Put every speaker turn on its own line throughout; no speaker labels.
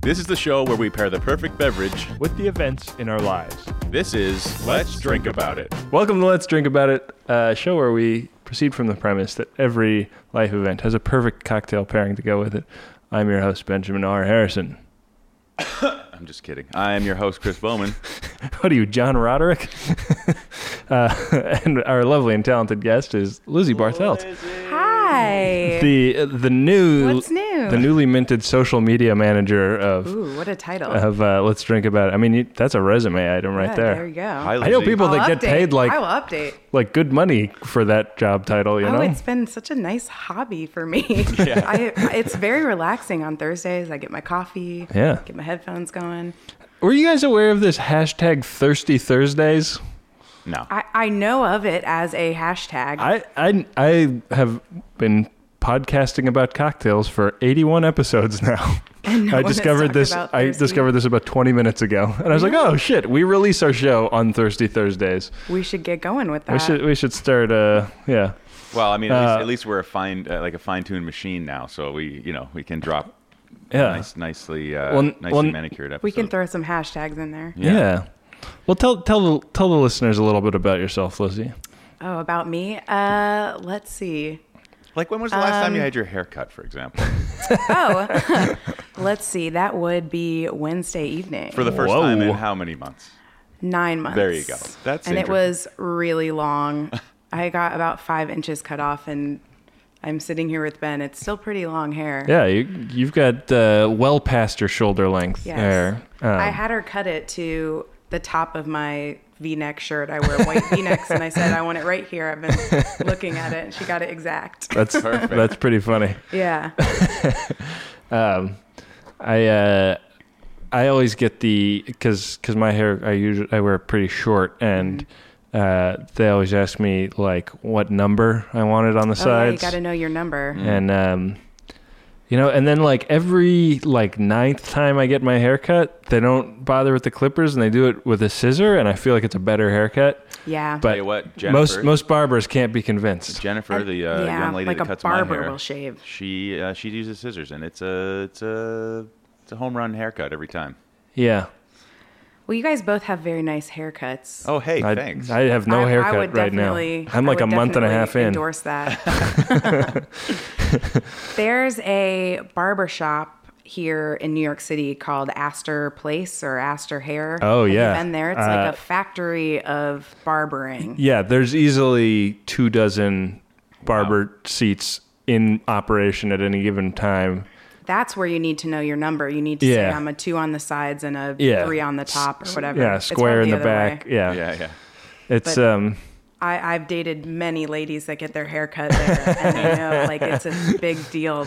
This is the show where we pair the perfect beverage.
with the events in our lives.
This is Let's Drink About It.
Welcome to Let's Drink About It, a show where we proceed from the premise that every life event has a perfect cocktail pairing to go with it. I'm your host, Benjamin R. Harrison.
I'm just kidding. I am your host, Chris Bowman.
What are you, John Roderick? uh, and our lovely and talented guest is Lizzie Bartelt,
Hi.
the the new
What's new?
the newly minted social media manager of
Ooh, what a title.
of uh, Let's Drink About It. I mean, you, that's a resume item right
Yeah,
there.
There you go.
Hi,
I know
Lizzie.
people that
I'll
get
update.
paid like
I will update.
like good money for that job title. You
Oh,
know,
it's been such a nice hobby for me. I, it's very relaxing on Thursdays. I get my coffee.
Yeah.
Get my headphones going.
Were you guys aware of this hashtag Thirsty Thursdays?
No.
I, I know of it as a hashtag.
I, I, I have been podcasting about cocktails for 81 episodes now.
no
I
one has
discovered
talked
this.
about
I
Thirsty.
discovered this about 20 minutes ago, and I was like, "Oh shit! We release our show on Thirsty Thursdays.
we should get going with that.
We should we should start. Uh, yeah,
Well, I mean, at, least,
Uh,
at least we're a fine, uh, like a fine-tuned machine now, so we, you know, we can drop
yeah,
nice, nicely, uh,
Well, n-
nicely
well, n-
manicured episodes.
we can throw some hashtags in there.
yeah. Well, tell tell the tell the listeners a little bit about yourself, Lizzie.
Oh, about me? Uh, let's see.
Like, when was the last time you had your hair cut, for example?
Oh, let's see. That would be Wednesday evening.
For the first
Whoa.
time in how many months?
Nine months.
There you go. That's
and it
interesting.
was really long. I got about five inches cut off, and I'm sitting here with Ben. It's still pretty long hair.
Yeah, you you've got uh, well past your shoulder length
Yes.
hair. Um,
I had her cut it to the top of my V-neck shirt. I wear white V-necks, and I said I want it right here. I've been looking at it, and she got it exact.
that's
Perfect.
that's pretty funny.
Yeah.
Um, I uh, I always get the because because my hair I usually I wear it pretty short and uh,
Mm-hmm.
they always ask me like what number I wanted on the
Oh, yeah, you
sides
got to know your number.
Mm-hmm.
and um, you know and then like every like ninth time I get my haircut they don't bother with the clippers and they do it with a scissor and I feel like it's a better haircut
Yeah.
but
you what, Jennifer.
most most barbers can't be convinced
Jennifer,
I-
the uh,
yeah,
young lady
like
that
a
cuts my
barber
hair,
will shave.
she uh, she uses scissors, and it's a it's a it's a home run haircut every time.
yeah
well, you guys both have very nice haircuts.
Oh, hey,
I,
thanks.
I have no
I- I
haircut
would
right now
definitely-
I'm
I
like a
would
month and a
definitely
half in
Endorse that. There's a barber shop here in New York City called Astor Place or Astor Hair.
Oh,
Have you
yeah.
been there? It's
Uh,
like a factory of barbering.
Yeah, there's easily two dozen barber seats in operation at any given time.
That's where you need to know your number. You need to say
Yeah.
I'm a two on the sides and a
Yeah.
three on the top or whatever.
Yeah,
It's
square
one
in the
or other
back.
way.
Yeah.
yeah, yeah.
It's
But-
um
I, I've dated many ladies that get their hair cut there, and they know like it's a big deal.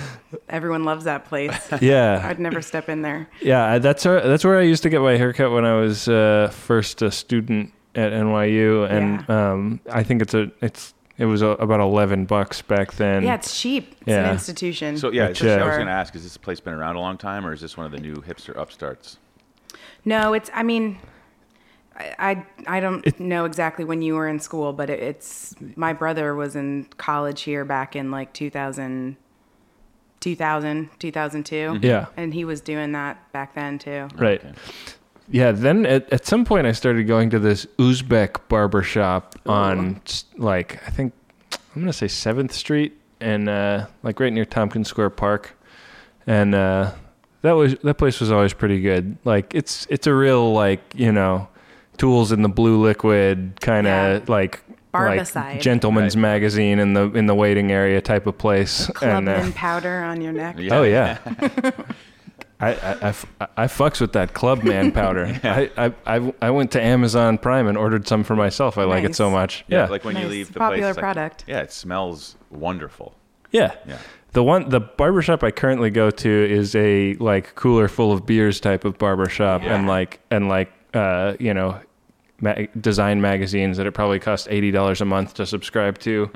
Everyone loves that place.
yeah.
I'd never step in there.
Yeah, I- that's where, that's where I used to get my haircut when I was uh, first a student at NYU and um I think it's a it's it was a, about 11 bucks back then.
Yeah, it's cheap. It's
Yeah.
an institution.
So yeah,
But,
so I
uh,
was going to ask: Is this place been around a long time, or is this one of the new hipster upstarts?
No, it's. I mean, I I, I don't know exactly when you were in school, but it, it's my brother was in college here back in like 2000, 2000 2002.
Yeah.
and he was doing that back then too.
Right. Yeah, then at, at some point I started going to this Uzbek barber shop
Oh,
on s- like I think I'm gonna say Seventh Street and uh, like right near Tompkins Square Park, and uh, that was that place was always pretty good. Like it's it's a real like you know tools in the blue liquid kind
Yeah.
of like
Barbicide.
like gentleman's
Right.
magazine in the in the waiting area type of place. and,
Clubman
uh,
powder on your neck.
Yeah.
Oh yeah. I, I- I f- I fucks with that club man powder. I, I, I, I went to Amazon Prime and ordered some for myself. I like it
Nice.
so much.
Yeah,
Yeah.
like when you
Nice.
leave the
Popular
place, it's like-
product.
yeah, it smells wonderful.
yeah.
Yeah.
The one the barbershop I currently go to is a like cooler full of beers type of barbershop and like and like uh you know ma- design magazines that it probably costs $80 a month to subscribe to.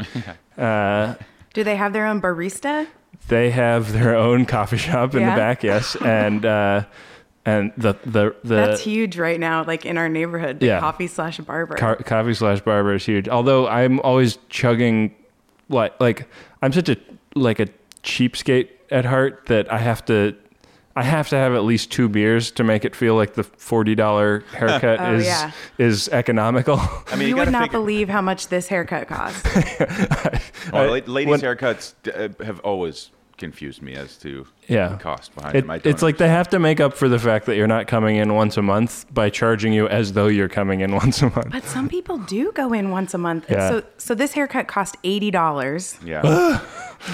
Uh,
Do they have their own barista?
they have their own coffee shop in
Yeah.
the back, yes. And uh and the the the
That's huge right now, like in our neighborhood. the
Yeah.
coffee slash barber.
Car- coffee slash barber is huge. Although I'm always chugging, like like I'm such a like a cheapskate at heart that I have to I have to have at least two beers to make it feel like the forty dollar haircut
Oh,
is
yeah.
is economical.
I mean,
you
you,
would
gotta
not
figure.
believe how much this haircut costs.
Well,
I-
oh, la- ladies'
when-
haircuts d- uh, have always confused me as to
yeah,
the cost behind
It,
them. I don't
it's like they have to make up for the fact that you're not coming in once a month by charging you as though you're coming in once a month.
But some people do go in once a month.
Yeah.
So so this haircut cost eighty dollars,
understand. yeah.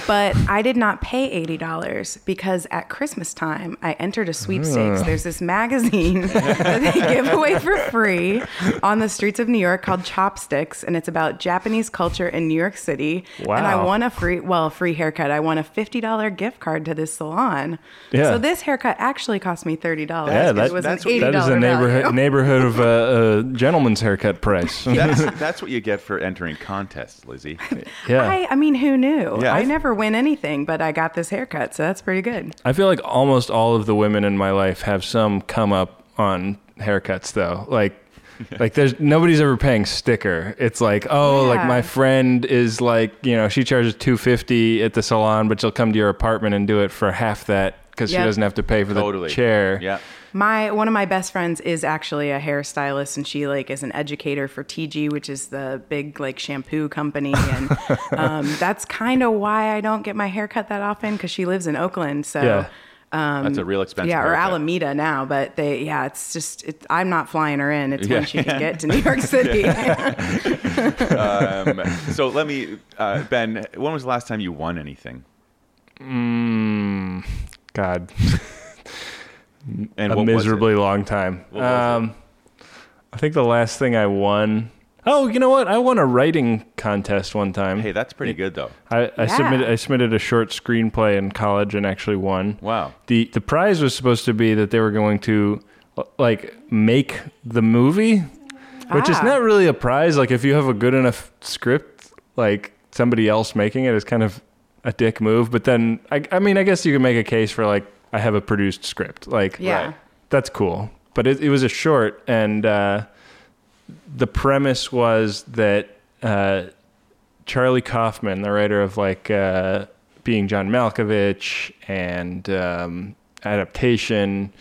but I did not pay eighty dollars because at Christmas time I entered a sweepstakes. There's this magazine that they give away for free on the streets of New York called Chopsticks, and it's about Japanese culture in New York City. And I
Wow.
won a free well, a free haircut. I won a fifty dollar gift card to this salon.
Yeah.
So this haircut actually cost me thirty dollars.
Yeah, that-
it was
that's
an
what-
eighty
That
dollar
is a neighborhood neighborhood of a, a gentleman's haircut price. Yeah,
That's, that's what you get for entering contests, Lizzie.
I,
I, I mean, who knew?
Yeah.
I never win anything, but I got this haircut, so that's pretty good.
feel like almost all of the women in my life have some come up on haircuts, though. Like, like there's nobody's ever paying sticker. It's like, oh, like
Yeah.
my friend is like, you know, she charges two fifty at the salon, but she'll come to your apartment and do it for half that because she
Yep.
doesn't have to pay for
Totally.
the chair.
Yeah.
My one of my best friends is actually a hairstylist, and she like is an educator for TG, which is the big like shampoo company, and um, that's kind of why I don't get my haircut that often because she lives in Oakland, so.
Yeah.
that's a real expensive.
Um, Yeah, or
haircut.
Alameda now, but they, yeah, it's just, it, I'm not flying her in. It's
Yeah.
when she can get to New York City.
Um, so let me, uh, Ben. When was the last time you won anything?
Mm, God.
And
a
what was it?
miserably long time.
What was it?
um, I think the last thing I won. Oh, you know what? I won a writing contest one time.
Hey, that's pretty good though.
I, I
Yeah.
submitted I submitted a short screenplay in college and actually won.
Wow.
The the prize was supposed to be that they were going to like make the movie, which is
Ah.
not really a prize. Like if you have a good enough script, like somebody else making it is kind of a dick move. But then I I mean I guess you can make a case for like I have a produced script. Like
yeah.
Right.
that's cool. But it, it was a short, and uh, the premise was that uh, Charlie Kaufman, the writer of like uh, Being John Malkovich and um, Adaptation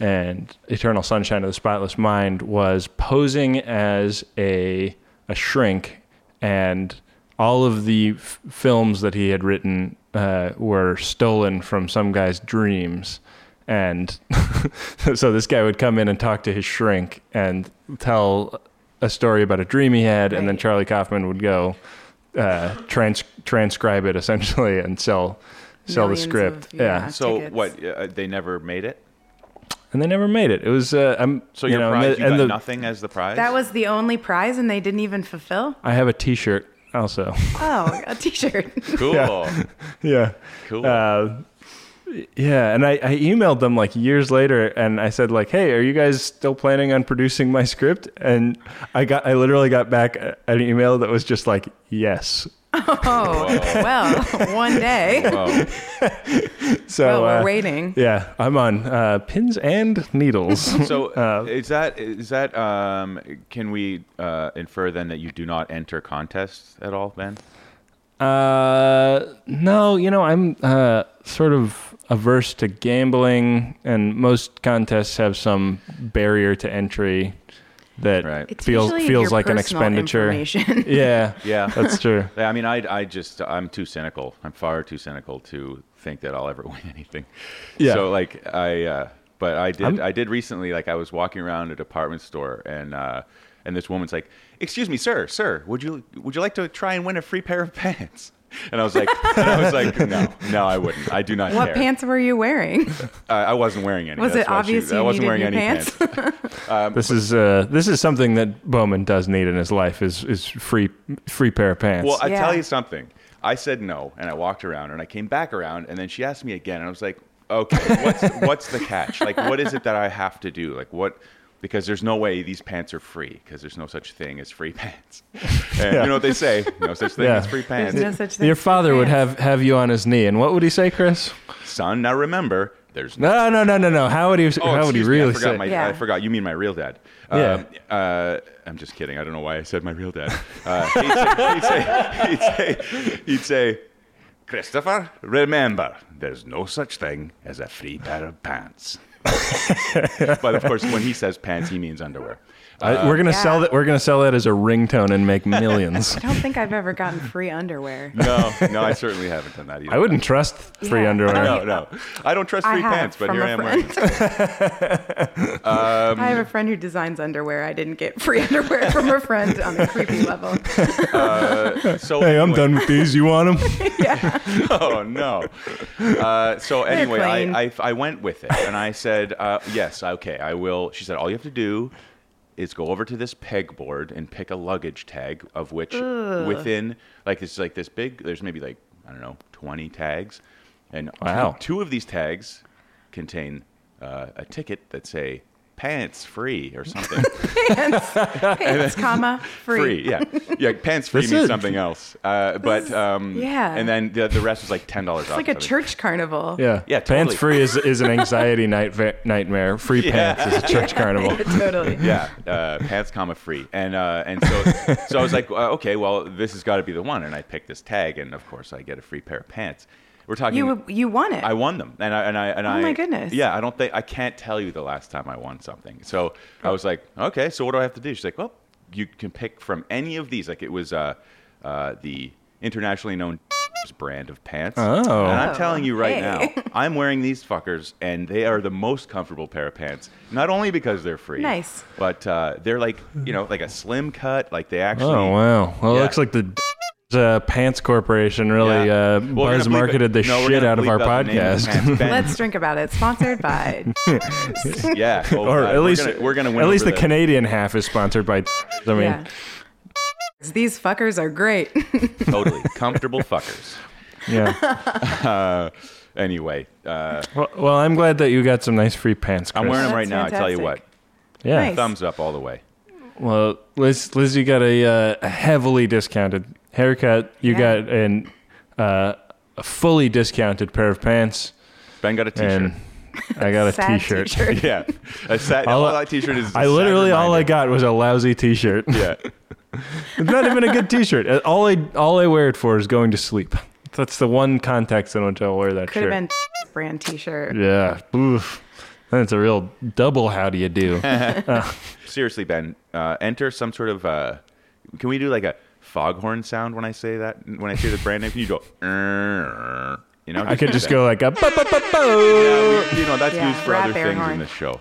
and Eternal Sunshine of the Spotless Mind, was posing as a a shrink, and all of the f- films that he had written uh, were stolen from some guy's dreams. And so this guy would come in and talk to his shrink and tell a story about a dream he had, and then
Right.
Charlie Kaufman would go uh, trans- transcribe it essentially and sell sell
Millions
the
of-
script.
yeah.
yeah.
So
Tickets.
what? Uh, they never made it.
and they never made it. It was uh, I'm
So
you
your
know, and
prize,
the-
you
and
got
the-
nothing as the prize.
That was the only prize, and they didn't even fulfill.
I have a T-shirt also.
Oh, a t shirt.
cool.
yeah.
Cool.
Uh, yeah, and I, I emailed them like years later, and I said like, "Hey, are you guys still planning on producing my script?" And I got, I literally got back a- an email that was just like, "Yes."
Oh, well, one day.
Whoa.
So
well, we're
uh,
waiting.
Yeah, I'm on uh, pins and needles.
So
Uh,
is that is that um, can we uh, infer then that you do not enter contests at all, Ben?
Uh, no, you know, I'm uh, sort of averse to gambling, and most contests have some barrier to entry that
Right.
It's
feels
usually
feels
your
like an
personal
expenditure.
information.
Yeah,
Yeah.
that's true.
Yeah, I mean, I I just I'm too cynical. I'm far too cynical to think that I'll ever win anything.
Yeah.
So like I, uh, but I did
I'm-
i did recently. Like I was walking around a department store and. Uh, and this woman's like, "Excuse me, sir, sir, would you would you like to try and win a free pair of pants?" And I was like, and "I was like, no, no, I wouldn't. I do not
What
care."
pants were you wearing?
Uh, I wasn't wearing any.
Was
That's
it
why she-
obvious
I
you
wasn't
needed
wearing
new
any
pants?
Um,
This is uh, this is something that Bowman does need in his life is is free free pair of pants.
Well, I
Yeah.
tell you something. I said no, and I walked around, and I came back around, and then she asked me again, and I was like, "Okay, what's what's the catch? Like, what is it that I have to do? Like, what?" Because there's no way these pants are free, because there's no such thing as free pants. And You know what they say? No such thing
Yeah.
as free pants.
no such thing
Your
as free
father would
pants.
have have you on his knee, and what would he say, Chris?
Son, now remember, there's no.
No, no, no, no, no. How would he?
Oh,
how would he
excuse me,
really
I forgot
say?
My,
Yeah.
I forgot. You mean my real dad?
Yeah.
Uh, uh, I'm just kidding. I don't know why I said my real dad. Uh, he'd, say, he'd, say, he'd say, he'd say, Christopher, remember, there's no such thing as a free pair of pants. but of course, when he says pants, he means underwear. uh,
I- we're gonna
Yeah.
sell that. We're gonna sell that as a ringtone and make millions.
I don't think I've ever gotten free underwear.
Um,
No, no, I certainly haven't done that either.
I wouldn't trust free
Yeah.
underwear.
No, no, I don't trust
I
free
have
pants, but
from
here
a
I am wearing.
friend. I have a friend who designs underwear. I didn't get free underwear from a friend on a creepy level.
So
Hey, I'm
anyway-
done with these. You want them?
oh no. Uh, so anyway,
plain.
I, I I went with it, and I said, uh, yes, okay, I will. She said, all you have to do is go over to this pegboard and pick a luggage tag, of which within like this is like this big. There's maybe like I don't know, 20 tags, and two-
Wow.
two, of these tags contain uh, a ticket that say pants free or something
Pants, pants comma, free.
free. Yeah, yeah. Pants free
This
means
is-
something else. Uh, but um,
Yeah.
And then the, the rest was like ten dollars off.
It's like
or
a
something.
church carnival.
Yeah.
Yeah,
Pants
totally.
free is, is an anxiety night nightmare. Free
Yeah.
pants is a church carnival.
totally.
Yeah, uh, pants, comma free, and uh, and so so I was like, uh, okay, well, this has got to be the one, and I picked this tag, and of course, I get a free pair of pants. We're talking.
You you won it.
I won them, and I and I and
Oh
I.
my goodness.
Yeah, I don't think I can't tell you the last time I won something. So I was like, okay, so what do I have to do? She's like, well, you can pick from any of these. Like it was uh, uh, the internationally known brand of pants.
Oh.
and I'm
Oh,
telling you right
hey.
now, I'm wearing these fuckers, and they are the most comfortable pair of pants. Not only because they're free,
Nice.
but uh, they're like you know like a slim cut. Like they actually.
Oh wow. Well, it
Yeah.
looks like the uh, Pants Corporation really
Yeah. Well, we're
uh,
gonna
buzz
bleep
marketed
it.
the
No, we're
shit
gonna
out of
bleep
our
out the name of the
podcast.
pants. Ben,
Let's drink about it. Sponsored by.
yeah, well,
or
uh,
at least
we're gonna, we're gonna win
at least
over
the, Canadian half is sponsored by. I mean,
yeah. These fuckers are great.
totally comfortable fuckers.
yeah.
Uh, anyway, uh,
Well, well, I'm glad that you got some nice free pants. Chris.
I'm wearing them
That's
right now. I tell you what,
fantastic.
yeah.
Nice.
thumbs up all the way.
Well, Liz, Liz, you got a uh, a heavily discounted haircut. You
Yeah.
got an uh, a fully discounted pair of pants,
Ben got a T-shirt.
and I got a
Sad
T-shirt.
t-shirt.
yeah, a sat, all,
All I-
that T-shirt is.
I literally all I got was a lousy T-shirt.
Yeah,
It's not even a good T-shirt. Uh, All I all I wear it for is going to sleep. That's the one context in which I'll wear that
Could have
shirt.
been brand T-shirt.
Yeah. Oof. That's a real double. How do you do?
seriously, Ben, uh, enter some sort of. Uh, can we do like a foghorn sound when I say that? When I say the brand name, can you go? "Err," You know,
I could
do
just
that.
go like a. bu- bu- bu- bu-
Yeah, we- you know, that's
Yeah,
used for
rap
other
air
things in
horn.
this show.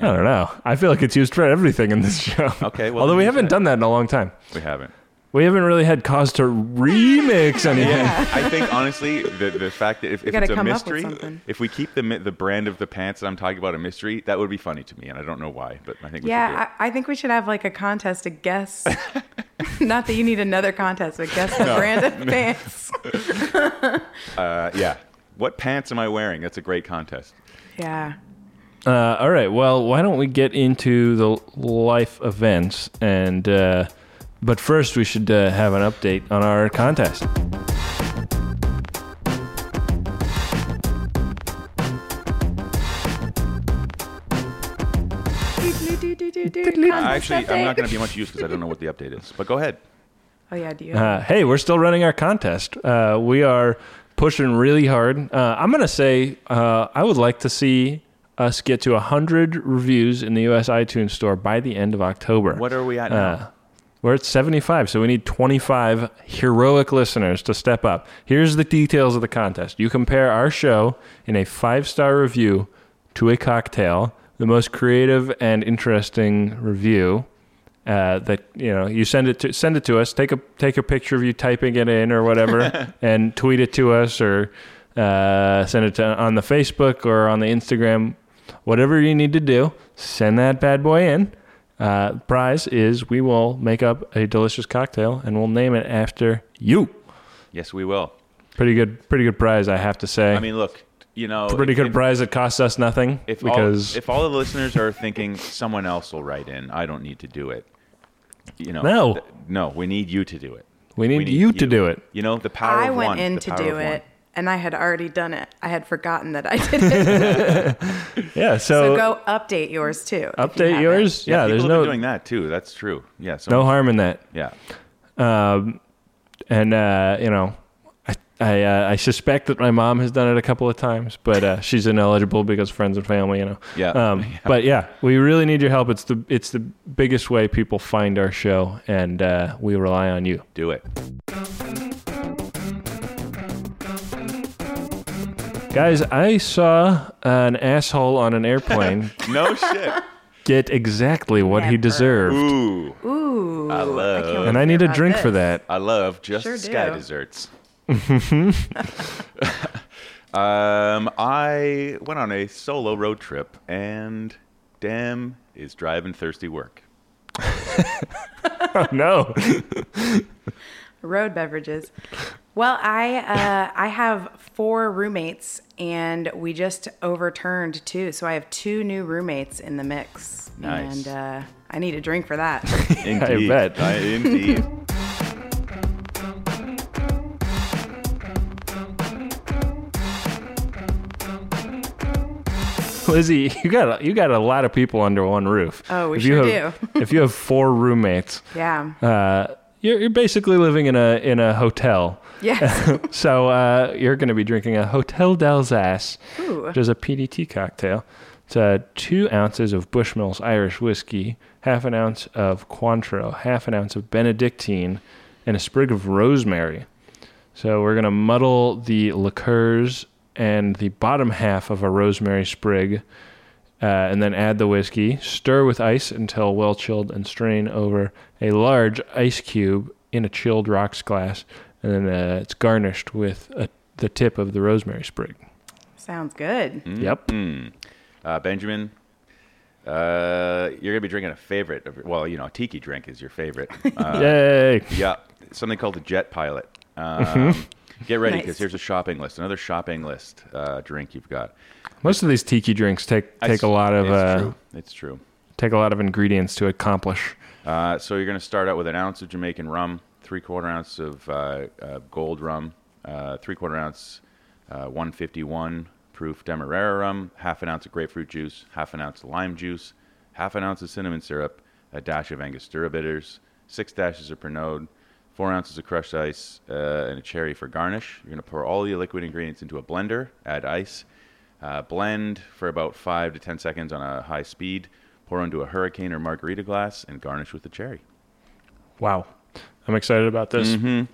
I don't know. I feel like it's used for everything in this show.
Okay, well,
Although
then
we
use
haven't
it.
done that in a long time.
We haven't.
We haven't really had cause to remix anything.
Yeah, I think honestly, the, the fact that if, if
gotta
it's a
come up with
mystery,
something.
if we keep the mi- the brand of the pants that I'm talking about a mystery, that would be funny to me, and I don't know why, but I think we should do it.
Yeah, I, I think we should have like a contest to guess. Not that you need another contest, but guess the brand of pants.
Uh, yeah. What pants am I wearing? That's a great contest.
Yeah.
Uh, all right. Well, why don't we get into the life events and. Uh, but first, we should uh, have an update on our contest.
Actually, I'm not going to be much use because I don't know what the update is. But go ahead.
Oh yeah, do you?
Uh, hey, we're still running our contest. Uh, we are pushing really hard. Uh, I'm going to say uh, I would like to see us get to 100 reviews in the US iTunes store by the end of October.
What are we at now?
Uh, we're at 75, so we need 25 heroic listeners to step up. Here's the details of the contest. You compare our show in a five star review to a cocktail, the most creative and interesting review. Uh, that you know, you send it to send it to us. Take a take a picture of you typing it in or whatever, and tweet it to us or uh, send it to, on the Facebook or on the Instagram. Whatever you need to do, send that bad boy in. Uh, prize is we will make up a delicious cocktail and we'll name it after you.
yes, we will.
Pretty good, pretty good prize, I have to say.
I mean, look, you know,
pretty
if-
good
if-
prize that costs us nothing
If
because
all, if all the listeners are thinking someone else will write in, I don't need to do it. You know,
No.
th- no, we need you to do it.
we need you to do it.
You know, the power
I
of
went
one.
in
the
to
power
do
of
it,
one.
and I had already done it. I had forgotten that I did it.
Yeah,
so
so,
go update yours too. if you
update
haven't.
yours. Yeah,
people
there's
have
no
been doing that too. That's true. Yeah. So
no harm in that.
Yeah.
Um, and uh, you know, I, I uh, I suspect that my mom has done it a couple of times, but uh, she's ineligible because friends and family, you know.
Yeah.
Um,
Yeah.
But yeah, we really need your help. It's the it's the biggest way people find our show, and uh, we rely on you.
Do it.
Guys, I saw an asshole on an airplane
No shit.
get exactly what he
Never.
deserved,
Oooo.
Ooh. I
love-
can't wait
and
to
I need
hear
a
about
drink for
this.
that.
I love just
Sure
sky
do.
desserts. um, I went on a solo road trip, and damn, is driving thirsty work.
Oh, no.
road beverages. Well, I uh, I have four roommates, and we just overturned two, so I have two new roommates in the mix.
Nice.
And uh, I need a drink for that.
Indeed.
bet.
I- indeed.
Lizzie, you got a, you got a lot of people under one roof.
Oh, we
If you
sure
have- if you have four roommates,
yeah.
uh, you're, you're basically living in a in a hotel.
Yes.
so uh, you're going to be drinking a Hotel d'Alsace,
Ooh.
which is a PDT cocktail. It's uh, two ounces of Bushmills Irish whiskey, half an ounce of Cointreau, half an ounce of Benedictine, and a sprig of rosemary. So we're going to muddle the liqueurs and the bottom half of a rosemary sprig, uh, and then add the whiskey. Stir with ice until well chilled, and strain over a large ice cube in a chilled rocks glass. And then uh, it's garnished with a, the tip of the rosemary sprig.
Sounds good.
Yep.
Uh, Benjamin, uh, you're gonna be drinking a favorite. Of, well, you know, a tiki drink is your favorite. Uh,
Yay.
yeah, something called the Jet Pilot.
Mm-hmm.
Um, get ready because
Nice.
here's a shopping list. Another shopping list uh, drink you've got.
Most of these tiki drinks take
I
take a
s-
lot of
It's
uh,
true. It's true.
take a lot of ingredients to accomplish.
Uh, so you're going to start out with an ounce of Jamaican rum, three quarter ounce of uh, uh, gold rum, uh, three quarter ounce uh, 151 proof Demerara rum, half an ounce of grapefruit juice, half an ounce of lime juice, half an ounce of cinnamon syrup, a dash of Angostura bitters, six dashes of Pernod, four ounces of crushed ice, uh, and a cherry for garnish. You're going to pour all the liquid ingredients into a blender, add ice, uh, blend for about five to ten seconds on a high speed. Pour into a hurricane or margarita glass and garnish with a cherry.
Wow. I'm excited about this.
Mm.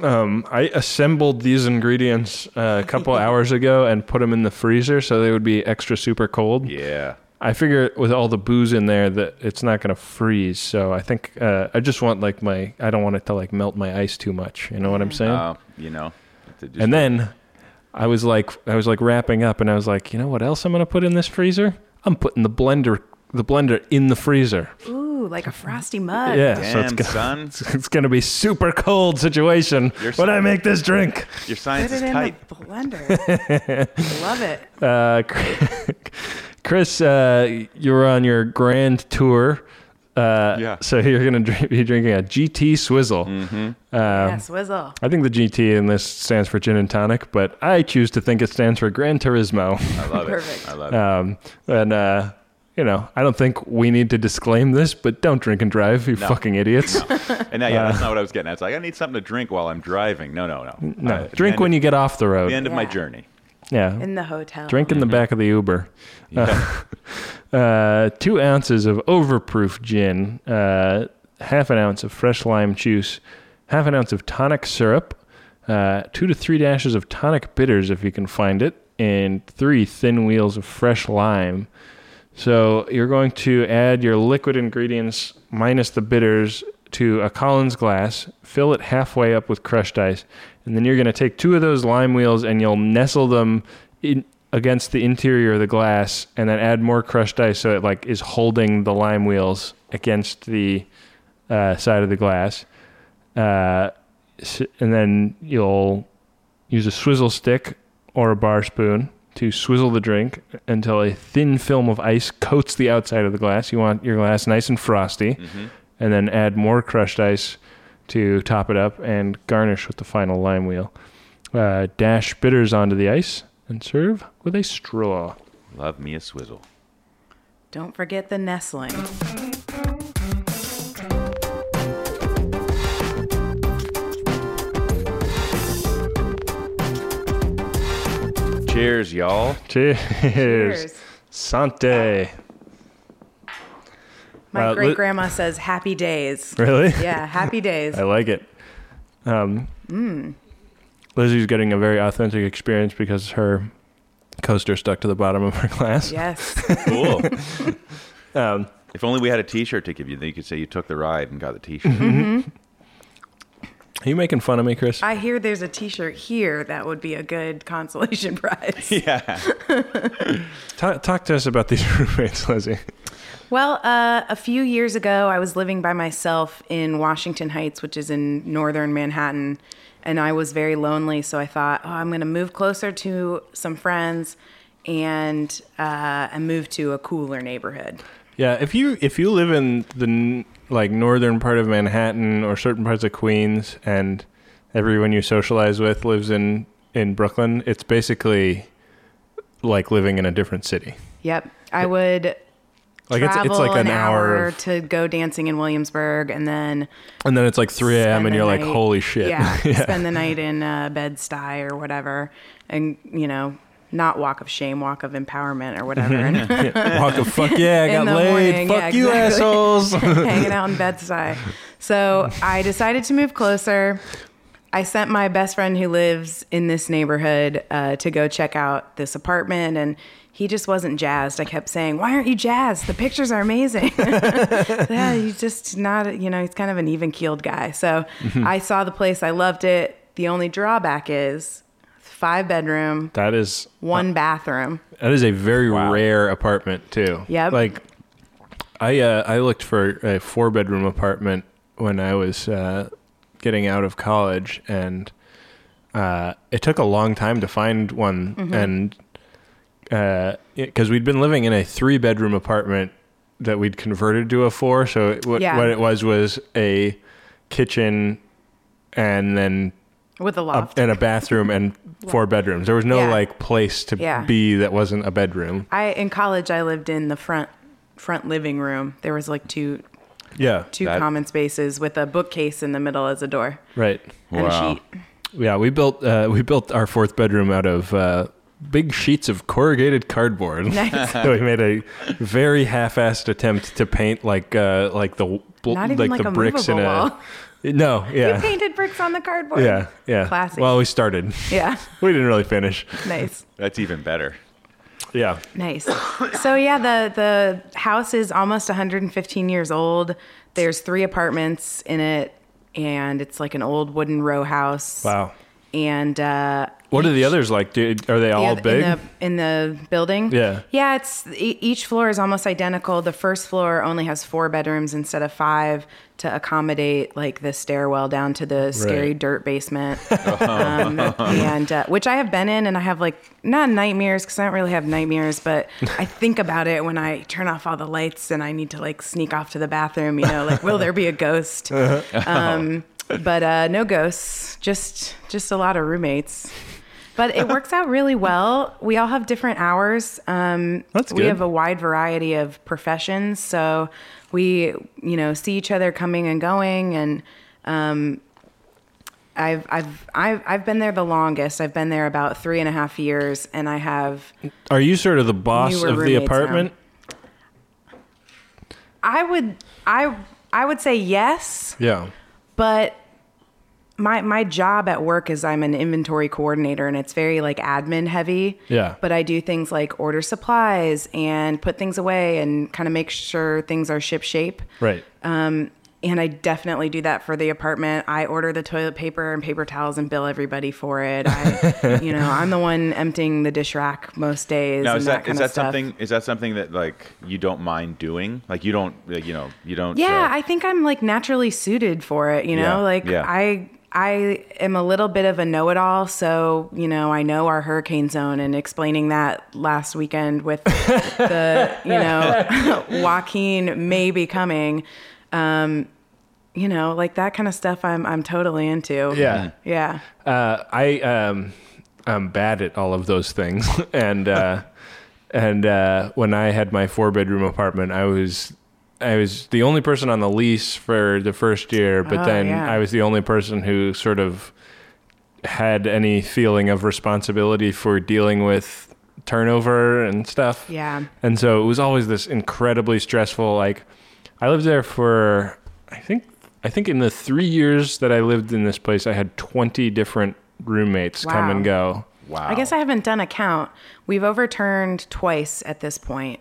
Um, I assembled these ingredients uh, a couple hours ago and put them in the freezer so they would be extra super cold.
Yeah,
I figure with all the booze in there that it's not going to freeze. So I think uh, I just want like my I don't want it to like melt my ice too much. You know what I'm saying?
uh, you know. to just-
and then I was like I was like wrapping up and I was like, you know what else I'm going to put in this freezer? I'm putting the blender the blender in the freezer.
Ooh, like a frosty
Mm.
mug.
yeah, so it's
damn
gonna,
son,
it's going to be super cold situation
You're
when I
so-
make this drink.
your
Put
science
it
is
in
tight.
the blender. Love it.
Uh, Chris, uh, you were on your grand tour. Uh,
Yeah. Mm-hmm.
So you're going to drink, be drinking a GT Swizzle. Um,
yes, Wizzle.
I think the GT in this stands for gin and tonic, but I choose to think it stands for Gran Turismo.
I love it.
Perfect.
I love it.
Um, and, uh, you know, I don't think we need to disclaim this, but don't drink and drive, you fucking idiots.
And now, yeah,
Uh,
that's not what I was getting. at. It's like I need something to drink while I'm driving. No, no, Uh, no.
No, drink when you get off the road.
The end of my
Yeah.
journey.
yeah.
In the hotel.
Drink in the back of the Uber. Uh, two ounces of overproof gin, uh, half an ounce of fresh lime juice, half an ounce of tonic syrup, uh, two to three dashes of tonic bitters if you can find it, and three thin wheels of fresh lime. So you're going to add your liquid ingredients minus the bitters to a Collins glass, fill it halfway up with crushed ice, and then you're going to take two of those lime wheels and you'll nestle them in against the interior of the glass and then add more crushed ice so it like is holding the lime wheels against the uh, side of the glass. Uh, s- and then you'll use a swizzle stick or a bar spoon to swizzle the drink until a thin film of ice coats the outside of the glass. You want your glass nice and frosty,
Mm-hmm.
and then add more crushed ice to top it up and garnish with the final lime wheel. Uh, dash bitters onto the ice and serve with a straw.
Love me a swizzle.
Don't forget the nestling.
Cheers, y'all.
Cheers.
Cheers.
Sante.
My
Uh,
great
li-
grandma says happy days.
Really?
Yeah, happy days.
I like it. Um,
Mm.
Lizzie's getting a very authentic experience because her coaster stuck to the bottom of her glass.
Yes.
Cool.
Um,
if only we had a T-shirt to give you, then you could say you took the ride and got the T-shirt.
Mm-hmm. are you making fun of me, Chris?
I hear there's a t shirt here that would be a good consolation prize.
yeah.
Ta- talk to us about these roommates, Lizzie.
Well, uh, a few years ago, I was living by myself in Washington Heights, which is in northern Manhattan, and I was very lonely. So I thought, oh, I'm going to move closer to some friends and uh, and move to a cooler neighborhood.
Yeah, if you if you live in the n- like northern part of Manhattan or certain parts of Queens, and everyone you socialize with lives in in Brooklyn, it's basically like living in a different city.
Yep, I would.
Like
travel
it's it's like an, hour, of-
to go dancing in Williamsburg, and then
and then it's like 3 a.m.
spend
and
the
you're like,
night-
holy shit.
Yeah, spend the night in uh, Bed Stuy or whatever, and you know, not walk of shame, walk of empowerment or whatever, and
Walk of fuck yeah, I
In
got
the
laid.
morning,
fuck
yeah,
you
exactly.
assholes.
hanging out in Bed Stuy. So I decided to move closer. I sent my best friend who lives in this neighborhood uh, to go check out this apartment, and he just wasn't jazzed. I kept saying, "Why aren't you jazzed? The pictures are amazing." yeah, he's just not, you know, he's kind of an even keeled guy. So I saw the place, I loved it. The only drawback is five bedroom,
that is
one bathroom.
That is a very
Wow.
rare apartment too.
Yep.
Like I uh, I looked for a four bedroom apartment when I was uh, getting out of college and uh, it took a long time to find one
Mm-hmm.
and because we'd been living in a three bedroom apartment that we'd converted to a four so it, what,
Yeah.
what it was was a kitchen and then
With a
a,
loft.
and a bathroom and four bedrooms there was no
Yeah.
like place to
Yeah.
be that wasn't a bedroom
I in college I lived in the front front living room. There was like two
Yeah.
two
That-
common spaces with a bookcase in the middle as a door
Right.
and
Wow.
a sheet.
Yeah, we built uh, we built our fourth bedroom out of uh, big sheets of corrugated cardboard.
Nice.
so we made a very half-assed attempt to paint like uh, like the bl-
Not even
like,
like
the
a
bricks in a
movable wall.
no
You
yeah
painted bricks on the cardboard.
yeah yeah
Classy.
Well, we started.
Yeah.
we didn't really finish.
Nice.
That's even better.
Yeah.
Nice. So yeah, the the house is almost 115 years old. There's three apartments in it, and it's like an old wooden row house.
Wow.
And uh,
What are the others like? Do, are they all
Yeah,
big?
in the in the building.
Yeah.
yeah. It's e- each floor is almost identical. The first floor only has four bedrooms instead of five to accommodate like the stairwell down to the scary
Right.
dirt basement, um, and uh, which I have been in, and I have like not nightmares because I don't really have nightmares, but I think about it when I turn off all the lights and I need to like sneak off to the bathroom. You know, like will there be a ghost? Um, but uh, no ghosts, just just a lot of roommates. But it works out really well. We all have different hours. Um,
That's
We
good.
have a wide variety of professions, so we you know see each other coming and going. And um, I've I've I've I've been there the longest. I've been there about three and a half years, and I have
Are you sort of the boss
Newer
of the
roommates now.
apartment?
I would I I would say yes.
Yeah.
but my my job at work is I'm an inventory coordinator and it's very like admin heavy.
Yeah.
But I do things like order supplies and put things away and kind of make sure things are ship shape.
Right.
Um, And I definitely do that for the apartment. I order the toilet paper and paper towels and bill everybody for it. I, you know, I'm the one emptying the dish rack most days.
Now
and
is
that,
that
kind
is
of
that
stuff.
something is that something that like you don't mind doing? Like you don't like, you know you don't.
Yeah,
uh,
I think I'm like naturally suited for it, you know?
Yeah,
Like
yeah.
I I am a little bit of a know-it-all, so, you know, I know our hurricane zone and explaining that last weekend with the, you know, Joaquin may be coming. Um, you know, like that kind of stuff I'm I'm totally into.
Yeah.
Yeah.
uh, I um, I'm bad at all of those things, and uh, and uh, when I had my four bedroom apartment, I was I was the only person on the lease for the first year, but
Oh,
then
yeah.
I was the only person who sort of had any feeling of responsibility for dealing with turnover and stuff.
Yeah.
And so it was always this incredibly stressful like I lived there for I think I think in the 3 years that I lived in this place I had 20 different roommates come
Wow.
and go.
Wow.
I guess I haven't done a count. We've overturned twice at this point.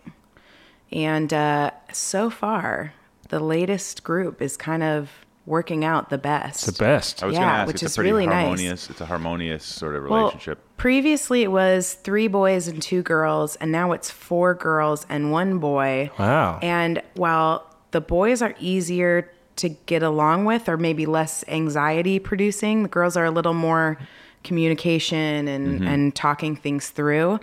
And uh, so far, the latest group is kind of working out the best.
The best.
I was
yeah,
going to ask.
which
It's a
is
pretty
really nice.
harmonious. It's a harmonious sort of relationship.
Well, previously, it was three boys and two girls, and now it's four girls and one boy.
Wow.
And while the boys are easier to get along with or maybe less anxiety producing, the girls are a little more communication and, and talking things through,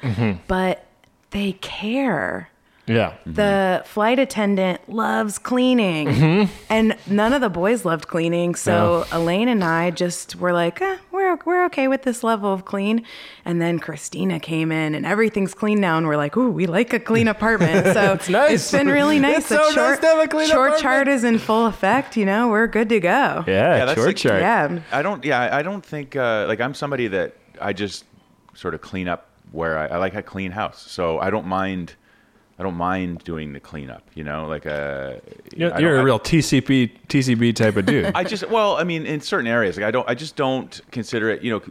but they care.
yeah.
The flight attendant loves cleaning,
Mm-hmm.
and none of the boys loved cleaning. So Elaine and I just were like, eh, we're we're okay with this level of clean. And then Christina came in, and everything's clean now, and we're like, ooh, we like a clean apartment. So it's
nice.
It's been really nice.
It's
that
so nice
short,
to have a clean
short
apartment.
chart is in full effect. You know, we're good to go.
Yeah,
Yeah, that's
short
like-
chart.
Yeah.
I don't. Yeah, I- I don't think. Uh, like, I'm somebody that I just sort of clean up where I, I like a clean house, so I don't mind. I don't mind doing the cleanup. You know, like uh, I
You're,
don't-
you're a
I-
real TCP TCB type of dude.
I just well, I mean, in certain areas, like I don't, I just don't consider it. You know,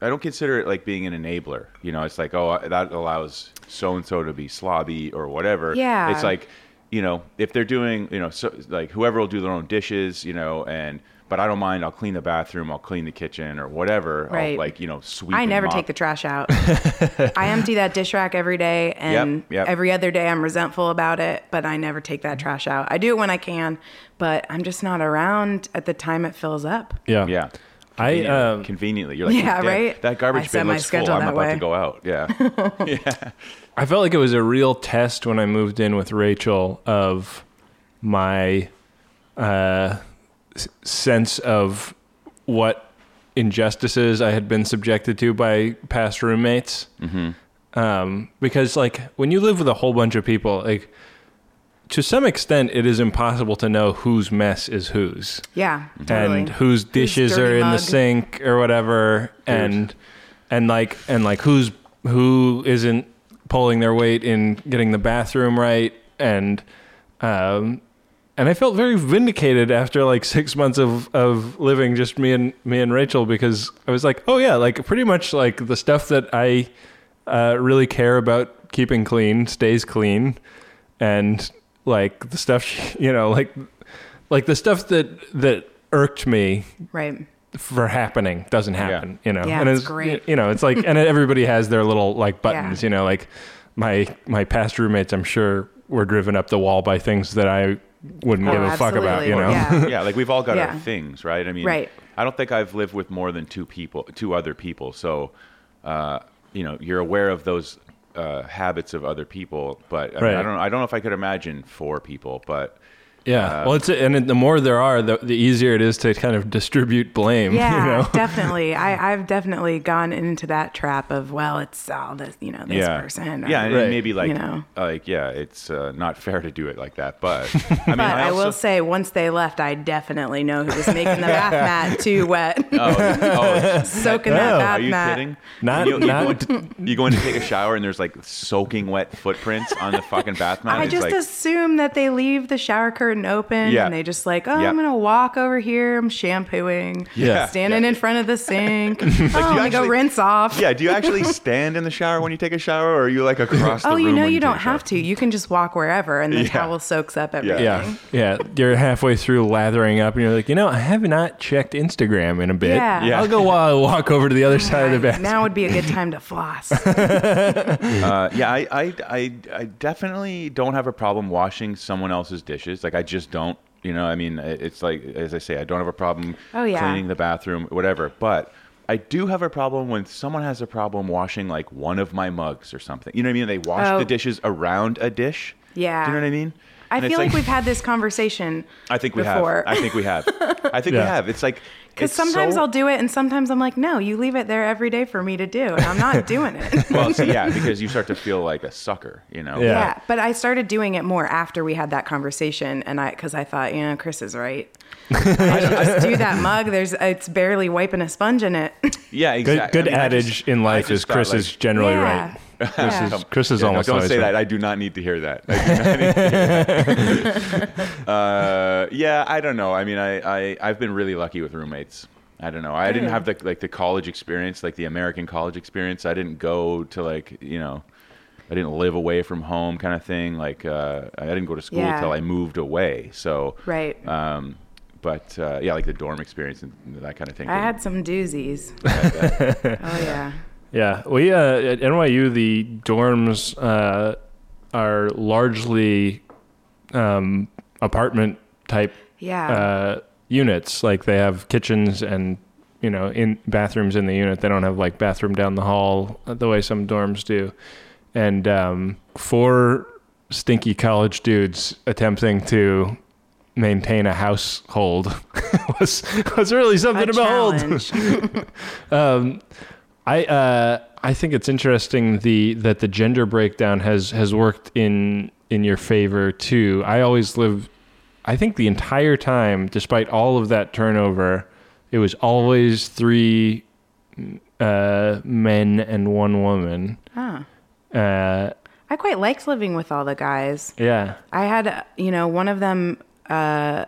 I don't consider it like being an enabler. You know, it's like oh, that allows so and so to be slobby or whatever.
Yeah.
it's like you know, if they're doing, you know, so like whoever will do their own dishes, you know, and but I don't mind. I'll clean the bathroom. I'll clean the kitchen or whatever. I'll,
Right.
like you know, sweep.
I
and
never
mop.
take the trash out. I empty that dish rack every day, and
Yep, yep.
every other day I'm resentful about it, but I never take that trash out. I do it when I can, but I'm just not around at the time it fills up.
yeah.
Yeah.
I
Conveniently-
um,
conveniently, you're like,
Yeah,
"Damn,
right?
That
I
garbage
set
bin
my
looks full.
schedule
I'm
that
about
way.
to go out. Yeah,
I felt like it was a real test when I moved in with Rachel of my uh, s- sense of what injustices I had been subjected to by past roommates. Um, because like when you live with a whole bunch of people, like to some extent, it is impossible to know whose mess is whose
Yeah, totally.
and whose dishes
dirty
are in the
mug.
sink or whatever and and like and like who's who isn't pulling their weight in getting the bathroom right and um and I felt very vindicated after like six months of, of living just me and me and Rachel because I was like, oh yeah, like pretty much like the stuff that I uh, really care about keeping clean stays clean, and like the stuff she, you know like like the stuff that that irked me
right.
for happening doesn't happen you know
Yeah,
and
it's
it's
great.
you know it's like and everybody has their little like buttons
Yeah.
you know like my my past roommates i'm sure were driven up the wall by things that i wouldn't
Oh,
give a fuck about
absolutely.
you know
Yeah.
yeah, like we've all got
Yeah.
our things, right? I mean,
Right.
I don't think I've lived with more than two people, two other people. So, uh, you know, you're aware of those uh, habits of other people, but I, mean,
Right.
I don't, I don't know if I could imagine four people, but Uh,
Yeah. well it's and it, the more there are the, the easier it is to kind of distribute blame
Yeah,
you know
definitely. I, I've definitely gone into that trap of, well, it's all this, you know, this
yeah,
person. or-
yeah, and
Right.
maybe like,
You know.
like yeah, it's uh, not fair to do it like that, but I mean,
But I,
I, also,
will say, once they left, I definitely know who was making the bath mat too wet,
Oh, oh,
soaking that
Oh.
bath
are you
mat.
kidding?
Not-
you, you
not-
go in- you go in to take a shower and there's like soaking wet footprints on the fucking bath mat.
I
It's
just
like,
assume that they leave the shower curtain open
Yeah.
and they just like, oh,
Yeah.
I'm gonna walk over here. I'm shampooing.
Yeah.
Standing
Yeah.
in front of the sink. oh, I'm gonna go
actually-
rinse off.
Yeah, do you actually stand in the shower when you take a shower, or are you like across the
Oh,
room?
you know
when
you
take
don't
a shower?
have to. You can just walk wherever, and the
Yeah.
towel soaks up everything.
yeah yeah you're halfway through lathering up and you're like you know i have not checked instagram in a bit
Yeah. Yeah.
i'll go while walk over to the other side of the bathroom
Now would be a good time to floss.
Uh, yeah, I, I, I, I definitely don't have a problem washing someone else's dishes. Like, I just don't. You know, I mean, it- it's like, as I say, I don't have a problem
Oh, yeah.
cleaning the bathroom, whatever. But I do have a problem when someone has a problem washing, like, one of my mugs or something. You know what I mean? They wash
Oh.
the dishes around a dish.
Yeah.
Do you know what I mean?
I
And it's
feel like,
like-
we've had this conversation
I think we
before.
have. I think we have. I think
Yeah.
we have. It's like
because
it's
sometimes
so-
I'll do it, and sometimes I'm like, no, you leave it there every day for me to do, and I'm not doing it.
Well, see, yeah, because you start to feel like a sucker, you know.
Yeah.
Yeah. but I started doing it more after we had that conversation, and I because I thought, you know, Chris is right. I should just do that mug. There's it's barely wiping a sponge in it.
Yeah,
Good,
exactly.
good
I mean, I
adage
just-
in
I
life
just
is
thought,
Chris
like,
is generally
yeah.
right. Chris
Yeah.
is Chris is
Yeah, no,
almost
don't
always
say
right.
that. I do not need to hear that. I do not need to hear that. uh, yeah, I don't know. I mean, I, I I've been really lucky with roommates. I don't know. I didn't have the like the college experience, like the American college experience. I didn't go to like you know, I didn't live away from home kind of thing. Like uh, I didn't go to school
Yeah.
until I moved away. So
Right.
Um, but uh, yeah, like the dorm experience and that kind of thing.
I had some doozies. oh yeah.
Yeah, we uh, at NYU the dorms uh, are largely um, apartment type
Yeah.
uh, units. Like they have kitchens and you know in bathrooms in the unit. They don't have like bathroom down the hall uh, the way some dorms do. And um, four stinky college dudes attempting to maintain a household was was really something
A
to behold.
challenge.
Um, I uh, I think it's interesting the that the gender breakdown has has worked in in your favor too. I always live. I think the entire time, despite all of that turnover, it was always three uh, men and one woman.
Huh.
Uh,
I quite liked living with all the guys.
yeah,
I had, uh, you know, one of them uh,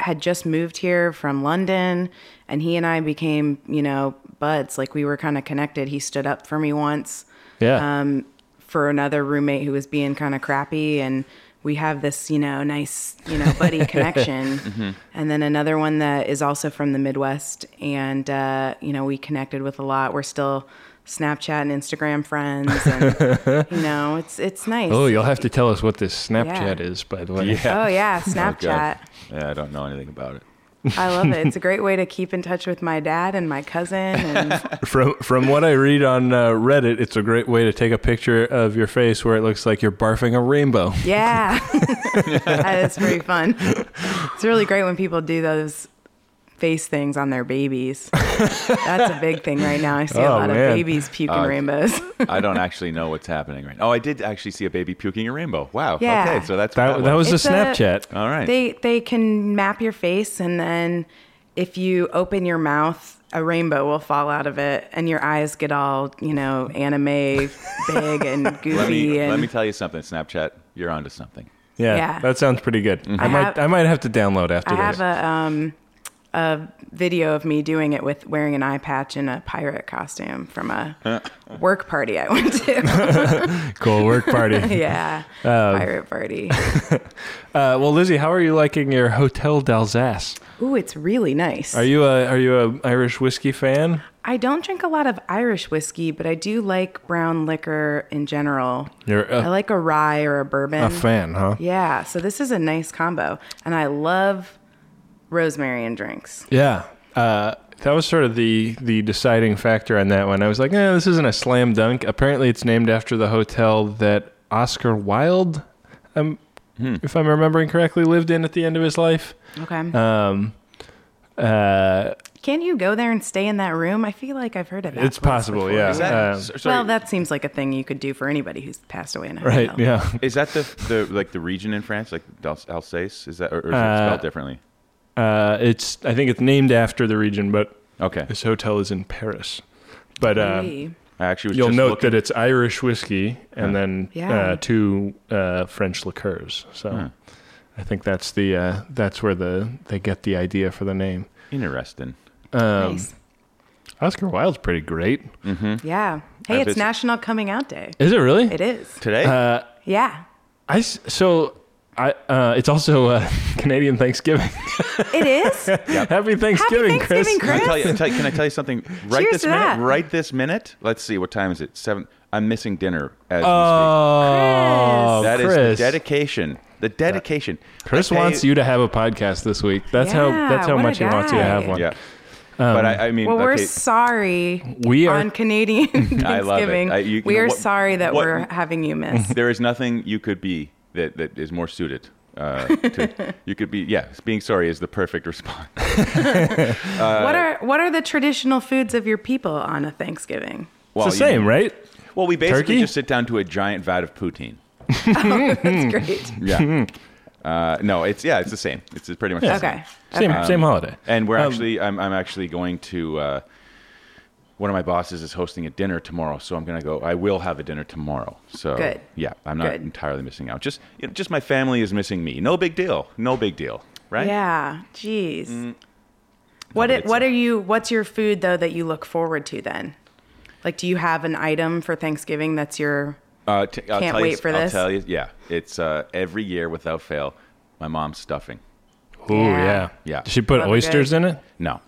had just moved here from London, and he and I became, you know, buds. Like we were kind of connected. He stood up for me once.
yeah,
um, for another roommate who was being kind of crappy and we have this you know nice you know buddy connection
Mm-hmm.
and then another one that is also from the midwest and uh, you know we connected with a lot we're still snapchat and instagram friends and you know it's it's nice
Oh, you'll have to tell us what this Snapchat
Yeah.
is, by the way.
Yeah.
Oh, yeah
Oh, God.
snapchat
yeah, I don't know anything about it.
i love it it's a great way to keep in touch with my dad and my cousin and
From from what I read on uh, Reddit, it's a great way to take a picture of your face where it looks like you're barfing a rainbow.
yeah that is pretty fun it's really great when people do those face things on their babies. That's a big thing right now. I see a
Oh,
lot
man.
of babies puking
Uh,
rainbows.
I don't actually know what's happening right now. Oh, I did actually see a baby puking a rainbow. Wow.
Yeah.
Okay, so that's what
That, that was a
It's a-
Snapchat.
All right.
They they can map your face and then if you open your mouth, a rainbow will fall out of it and your eyes get all, you know, anime big and goofy
let me
and
let me tell you something, Snapchat. You're onto something.
Yeah,
Yeah.
that sounds pretty good. I,
I
might
have-
I might have to download after
I
this.
have a um a video of me doing it with wearing an eye patch and a pirate costume from a work party I went to.
cool work party. uh,
yeah. pirate party.
well, Lizzie, how are you liking your Hotel d'Alsace?
Ooh, it's really nice.
Are you a are you a Irish whiskey fan?
I don't drink a lot of Irish whiskey, but I do like brown liquor in general.
You're
I
a,
like a rye or a bourbon.
a fan, huh?
yeah, so this is a nice combo, and I love rosemary in drinks.
Yeah. Uh, that was sort of the the deciding factor on that one. I was like, eh, this isn't a slam dunk. Apparently, it's named after the hotel that Oscar Wilde, um,
Hmm.
if I'm remembering correctly, lived in at the end of his life.
Okay,
Um, uh,
can you go there and stay in that room? I feel like I've heard of that.
it's
place
possible,
before.
yeah.
Is that
Uh,
s- sorry,
Well, that seems like a thing you could do for anybody who's passed away in a
right?
hotel.
Yeah.
is that the the like the region in France, like D'Al- Alsace? Is that or, or is it
Uh,
spelled differently?
Uh, it's I think it's named after the region, but
Okay,
this hotel is in Paris. But
um,
uh,
Ooh.
I actually was
you'll
just
note
looking,
that it's Irish whiskey and then uh,
Yeah.
two uh, French liqueurs. So
Huh.
I think that's the uh, that's where the they get the idea for the name.
interesting.
Um,
nice.
Oscar Wilde's pretty great.
hmm.
Yeah. Hey,
I've
it's
been-
National Coming Out Day.
Is it really?
It is.
Today,
Uh,
Yeah.
I s- so I uh, it's also uh, Canadian Thanksgiving.
It is.
Happy Thanksgiving, Chris.
Thanksgiving,
can, I tell you, tell you- can I tell you something? Right
Cheers
this
to
minute.
that.
Right this minute. Let's see. What time is it? Seven. I'm missing dinner as
Uh, Oh,
we speak. That is
Chris. Uh,
the dedication. The dedication.
Chris
I pay-
wants you to have a podcast this week. That's how
Yeah,
that's how
what a
much he wants you to
guy.
have one. Um,
Yeah. but I, I mean,
Well, we're
okay.
sorry.
We are-
on Canadian Thanksgiving.
I love it. I- you- you
we
know
are
what-
sorry that
what-
we're having you miss.
there is nothing you could be that, that is more suited Uh, to, you could be yeah. Being sorry is the perfect response. Uh,
what are what are the traditional foods of your people on a Thanksgiving?
Well,
it's the same,
you,
right?
Well, we basically
Turkey?
just sit down to a giant vat of poutine. hmm.
That's great.
Yeah. uh, no, it's yeah, it's the same. It's pretty much the same.
Okay.
Same same holiday.
And
Um,
we're actually, I'm, I'm actually going to. Uh, one of my bosses is hosting a dinner tomorrow, so I'm going to go. I will have a dinner tomorrow. So
Good.
yeah, I'm not
Good.
entirely missing out. Just, you know, just my family is missing me. No big deal. No big deal. Right? Mm.
Yeah. Jeez. What
but
it,
it's-
what are you what's your food though that you look forward to then? Like do you have an item for Thanksgiving that's your
Uh, t- I'll
Can't
tell you-
wait for
I'll
this.
tell you, yeah, it's uh, every year without fail. My mom's stuffing.
Ooh,
Yeah.
yeah.
Yeah.
Does she put
Love it,
oysters
good.
in it?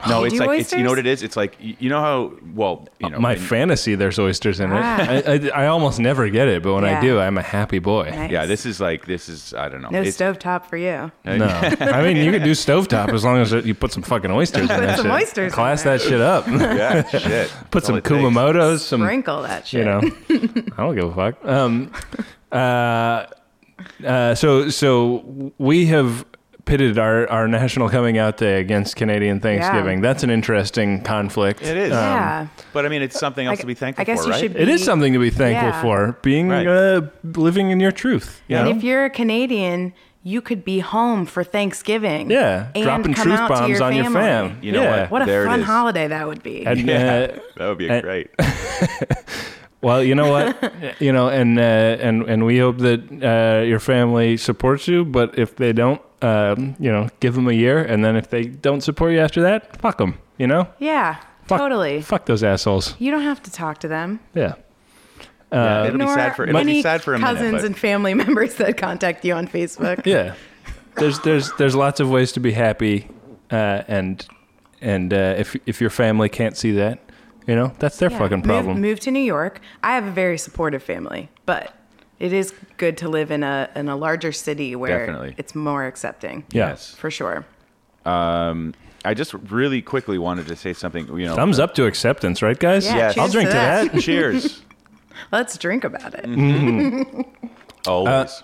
No, no,
You
it's
do Uh,
like it's, you know
oysters?
what it is. It's like y- you know how well you know
My
in-
fantasy, there's oysters in
Ah.
it. I, I, I almost never get it, but when
Yeah.
I do, I'm a happy boy.
Nice.
Yeah, this is like this is I don't know.
no
It's-
stovetop for you?
No, I mean you could do stovetop as long as you put some fucking oysters in
Put
that
some
shit.
oysters in
Class
there.
that shit up.
Yeah, shit.
put
That's all
some
it takes.
kumamotos, some
Sprinkle that shit.
you know. I don't give a fuck. Um, uh, uh, so so we have pitted our our national coming out day against Canadian Thanksgiving. That's an interesting conflict.
It is.
Yeah.
Um, But I mean, it's something else
I-
to be thankful
I guess
for,
you
right?
should-
It is something to be thankful
Yeah.
for, being
Right.
uh, living in your truth. you
Yeah.
know?
And if you're a Canadian, you could be home for Thanksgiving.
yeah,
and
dropping
come
truth
out to
bombs
your
on your
family.
fam.
You know
yeah.
what?
What a
There it
fun
is.
holiday that would be.
And, uh,
that would be
and-
great.
Well, you know what, you know, and uh, and and we hope that uh, your family supports you. But if they don't, um, you know, give them a year, and then if they don't support you after that, fuck them. You know,
yeah,
fuck,
totally.
fuck those assholes.
You don't have to talk to them.
Yeah, Uh,
Yeah, it'll be
Nor
sad for it'll
any
be sad for a
cousins
minute. but-
and family members that contact you on Facebook.
yeah. There's there's there's lots of ways to be happy, uh, and and uh, if if your family can't see that, you know, that's their
Yeah.
fucking
Move-
problem.
Move, to New York. I have a very supportive family, but it is good to live in a in a larger city where
Definitely.
it's more accepting.
Yeah.
Yes.
for sure.
I just really quickly wanted to say something. You know,
Thumbs up to acceptance, right, guys?
Yeah,
Yes. I'll
cheers
drink to
that.
that.
cheers.
Let's drink about it.
Mm-hmm. Uh,
Always.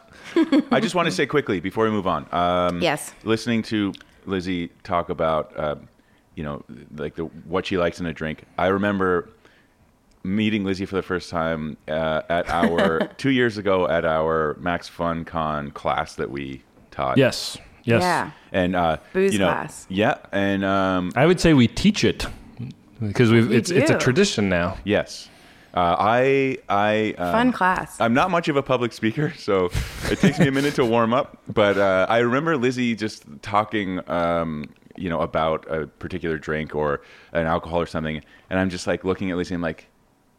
I just want to say quickly before we move on. Um,
Yes.
Listening to Lizzie talk about, um, you know, like the what she likes in a drink. I remember meeting Lizzie for the first time uh, at our two years ago at our Max Fun Con class that we taught.
Yes. Yes.
Yeah.
And uh,
Booze
you know,
class.
Yeah. And um,
I would say we teach it because we've it's it's a
do.
tradition now.
Yes. Uh, I I
Uh,
um,
Fun class.
I'm not much of a public speaker, so it takes me a minute to warm up. But uh, I remember Lizzie just talking, um, you know, about a particular drink or an alcohol or something, and I'm just like looking at Lizzie. I'm like,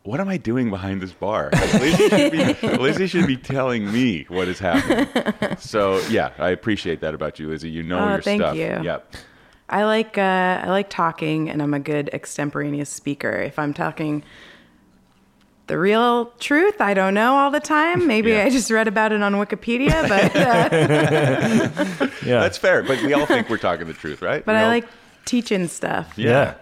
what am I doing behind this bar? Like, Lizzie, should be, Lizzie should be telling me what is happening. So yeah, I appreciate that about you, Lizzie. You know
Oh,
your
thank
stuff.
you.
Yep.
I like uh, I like talking, and I'm a good extemporaneous speaker. If I'm talking the real truth, I don't know all the time. Maybe
Yeah.
I just read about it on Wikipedia, but uh,
Yeah.
That's fair, but we all think we're talking the truth, right?
but
We
I
all-
like teaching stuff.
yeah.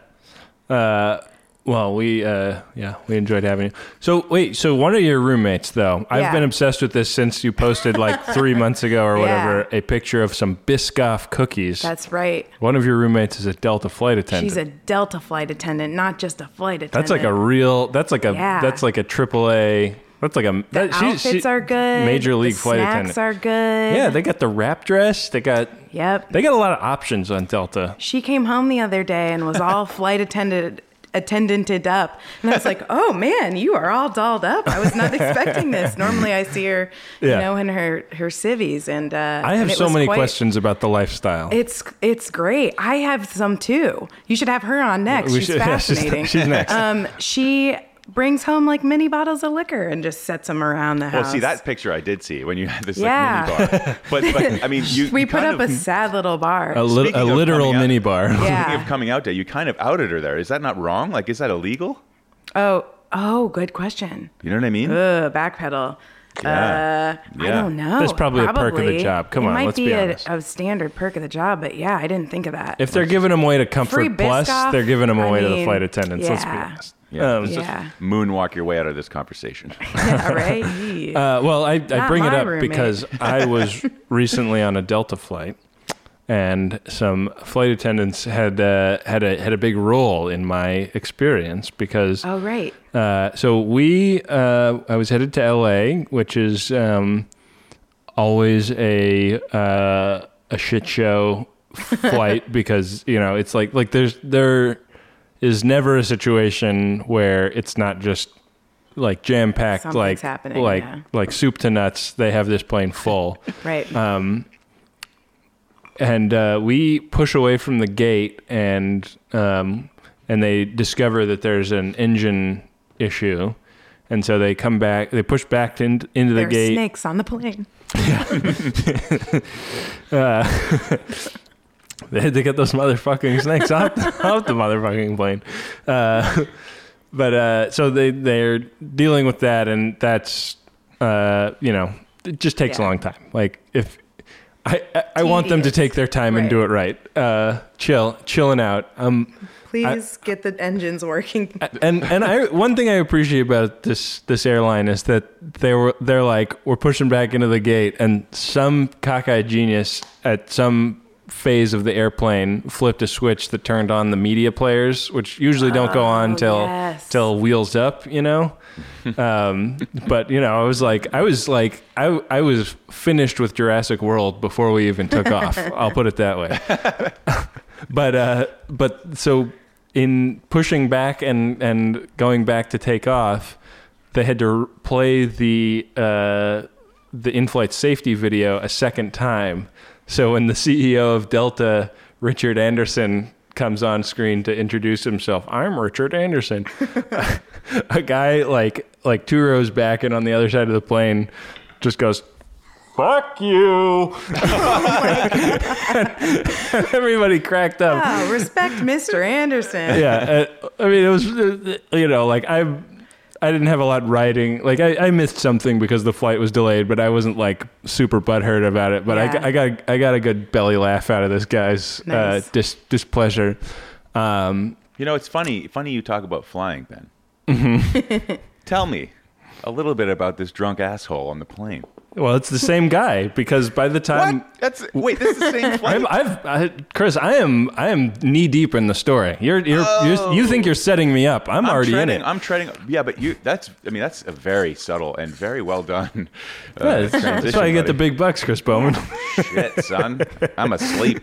Uh, well, we uh, yeah, we enjoyed having you. So wait, so one of your roommates though, I've
Yeah.
been obsessed with this since you posted like three months ago or whatever, a picture of some Biscoff cookies.
That's right.
one of your roommates is a Delta flight attendant.
She's a Delta flight attendant, not just a flight attendant.
that's like a real. That's like a.
Yeah.
That's like a triple A. That's like a.
The
that- Uh, she-
outfits
she-
are good.
Major league
the
flight
snacks
attendant.
are good.
yeah, they got the wrap dress. They got.
yep.
They got a lot of options on Delta.
she came home the other day and was all flight attendant attendanted up and i was like oh man you are all dolled up i was not expecting this normally i see her you
Yeah.
know in her her civvies and uh
I
and
have
it
so
was
many
quite-
questions about the lifestyle.
it's it's great i have some too you should have her on next
We
she's
should- yeah, she's-
fascinating
she's next.
um she brings home like mini bottles of liquor and just sets them around the house
Well, see that picture I did see when you had this
Yeah.
like mini bar. But, but I mean, you
we
you
put
kind
up
of,
a sad little bar
a, lit-
Speaking
a
of
literal
coming out-
mini bar.
speaking
yeah
of coming out day. You kind of outed her there. Is that not wrong? Like, is that illegal?
oh oh good question
You know what I mean?
Ugh, backpedal.
Yeah.
Uh, I
Yeah.
don't know.
That's probably a perk of the
Probably.
job. Come
it
on,
might
let's
be,
be
a,
honest.
a standard perk of the job, but yeah, I didn't think of that.
If they're giving them away to Comfort
Free
Plus,
Biscoff,
they're giving them
I
away to the
mean,
flight attendants. Let's be
yeah.
honest.
Yeah.
Um,
Let's just
Yeah.
Moonwalk your way out of this conversation.
Yeah, right.
Uh, well, I, I
Not
bring it
my
up
roommate.
because I was recently on a Delta flight, and some flight attendants had uh, had a had a big role in my experience because
oh, right.
uh, so we uh, I was headed to LA, which is um, always a uh, a shit show flight because you know it's like like there's there is never a situation where it's not just like jam packed
Something's
like
happening,
like
yeah.
like soup to nuts. They have this plane full.
Right.
uh, and uh, we push away from the gate and um, and they discover that there's an engine issue and so they come back they push back in, into the
there are
gate
snakes on the plane.
they had to get those motherfucking snakes off, off the motherfucking plane. Uh, but uh, so they they're dealing with that, and that's uh, you know it just takes a
Yeah.
long time. Like if I I, I want them to
Tedious.
take their time and
Right.
do it right. Uh, chill, chilling out. Um,
Please get the engines working.
and and I one thing I appreciate about this this airline is that they were they're like we're pushing back into the gate, and some cockeyed genius at some phase of the airplane flipped a switch that turned on the media players, which usually don't go on
Oh,
till
yes.
till wheels up, you know. um, but you know, I was like, I was like, I I was finished with Jurassic World before we even took off. I'll put it that way but uh, but so in pushing back and and going back to take off, they had to r- play the uh, the in-flight safety video a second time. So when the CEO of Delta, Richard Anderson, comes on screen to introduce himself, I'm Richard Anderson. a guy like like two rows back and on the other side of the plane just goes. Fuck you! Everybody cracked up
Oh, respect Mr. Anderson.
yeah, uh, I mean, it was uh, you know, like I, I didn't have a lot riding. Like I, I missed something because the flight was delayed, but I wasn't like super butthurt about it. But I
Yeah.
g- I, got I got a good belly laugh out of this guy's
Nice.
uh, dis- displeasure. Um,
You know, it's funny. Funny you talk about flying, Ben.
Mm-hmm.
Tell me a little bit about this drunk asshole on the plane.
well, it's the same guy because by the time.
What? That's wait. This is the same flight.
I'm, I've I, Chris, I am I am knee deep in the story. You're you're, you're you think you're setting me up. I'm,
Oh. I'm
already
treading,
in it.
I'm treading. Yeah, but you. That's. I mean, that's a very subtle and very well done. Uh,
Yeah, that's- that's
transition,
why I get the
buddy.
big bucks, Chris Bowman.
shit, son. I'm asleep.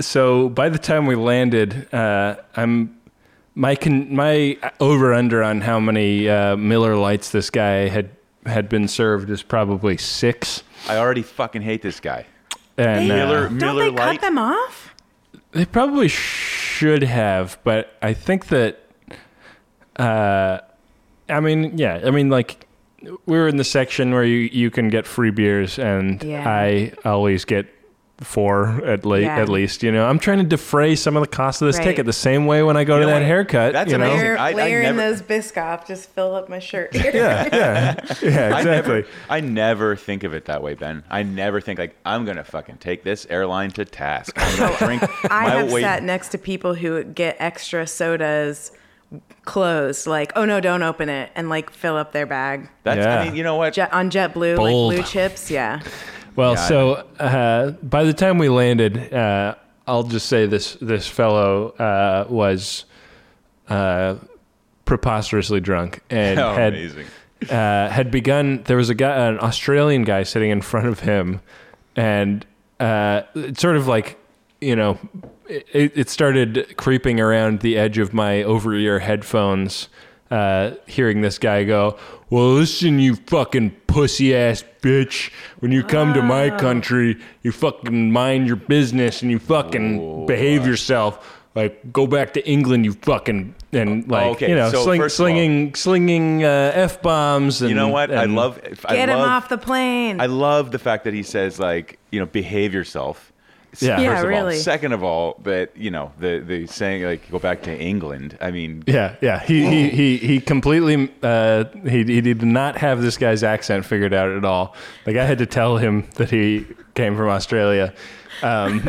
so by the time we landed, uh, I'm my con- my over under on how many uh, Miller Lights this guy had had been served is probably six.
I already fucking hate this guy.
And uh,
Miller
Don't
Miller
they
Lite.
cut them off?
they probably should have, but I think that uh, I mean, yeah, I mean like we were in the section where you you can get free beers, and
Yeah.
I always get. Four at late,
Yeah.
at least you know. I'm trying to defray some of the cost of this
Right.
ticket. The same way when I go to
know
that
what?
haircut,
That's
you know?
amazing.
Layer,
I- I
layer in
never-
those Biscoff, just fill up my shirt.
yeah, yeah, yeah, exactly.
I never, I never think of it that way, Ben. I never think like I'm gonna fucking take this airline to task. I'm gonna drink
I
my
have
way.
sat next to people who get extra sodas closed, like, oh no, don't open it, and like fill up their bag.
That's.
Yeah.
I mean, you know what?
Jet, on JetBlue,
Bold.
like blue chips, yeah.
Well,
Yeah, I
so uh, by the time we landed, uh, I'll just say this: this fellow uh, was uh, preposterously drunk and
How
had
amazing.
uh, had begun. There was a guy, an Australian guy, sitting in front of him, and uh, it's sort of like you know, it, it started creeping around the edge of my over-ear headphones. Uh, hearing this guy go, well, listen, you fucking pussy ass bitch. When you come to my country, you fucking mind your business and you fucking behave yourself. Like, go back to England, you fucking and like
okay,
you know,
so
sling,
first of all-
slinging slinging uh, f bombs.
You know what? I love. I
Get
love,
him off the plane.
I love the fact that he says like, you know, behave yourself. S-
Yeah.
First
Yeah,
of
really.
all, second of all, that you know the the saying like go back to England. I mean,
Yeah, yeah. He he he, he completely uh, he he did not have this guy's accent figured out at all. Like I had to tell him that he came from Australia. Um,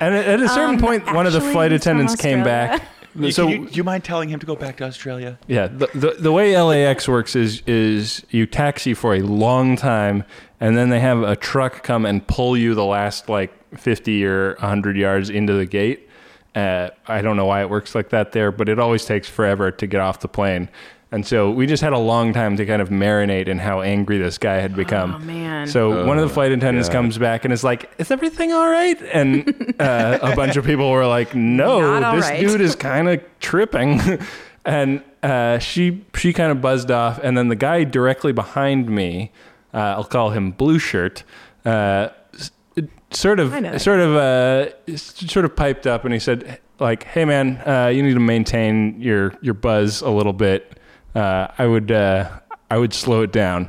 and at, at a certain point, one of the
actually,
flight
he's from
attendants came back
so,
so
do you mind telling him to go back to Australia?
yeah, the, the the way LAX works is is you taxi for a long time, and then they have a truck come and pull you the last like fifty or hundred yards into the gate. Uh, I don't know why it works like that there, but it always takes forever to get off the plane. And so we just had a long time to kind of marinate in how angry this guy had become.
Oh, man.
So one of the flight attendants
God.
comes back and is like, "Is everything all right?" And uh, a bunch of people were like, "No,
Not all
this
right.
dude is kind of tripping. and uh, she she kind of buzzed off. And then the guy directly behind me, uh, I'll call him Blue Shirt, uh, s- sort of
I know that
sort of uh, s- sort of piped up, and he said, like, "Hey man, uh, you need to maintain your your buzz a little bit. Uh, I would uh, I would slow it down."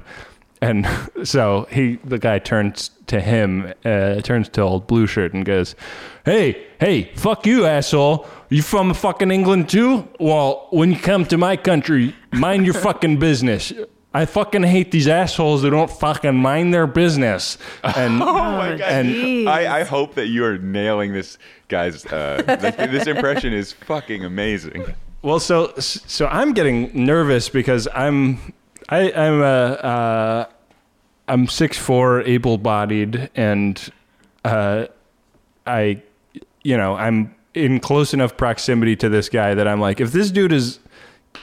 And so he, the guy turns to him, uh, turns to old blue shirt and goes, Hey, hey, fuck you, asshole. You from fucking England too? Well, when you come to my country, mind your fucking business. I fucking hate these assholes that don't fucking mind their business. And,
Oh
and
I, I hope that you are nailing this, guys. Uh, like, this impression is fucking amazing.
well, so so I'm getting nervous because I'm I, I'm a uh, I'm six four, able bodied, and uh, I, you know, I'm in close enough proximity to this guy that I'm like, if this dude is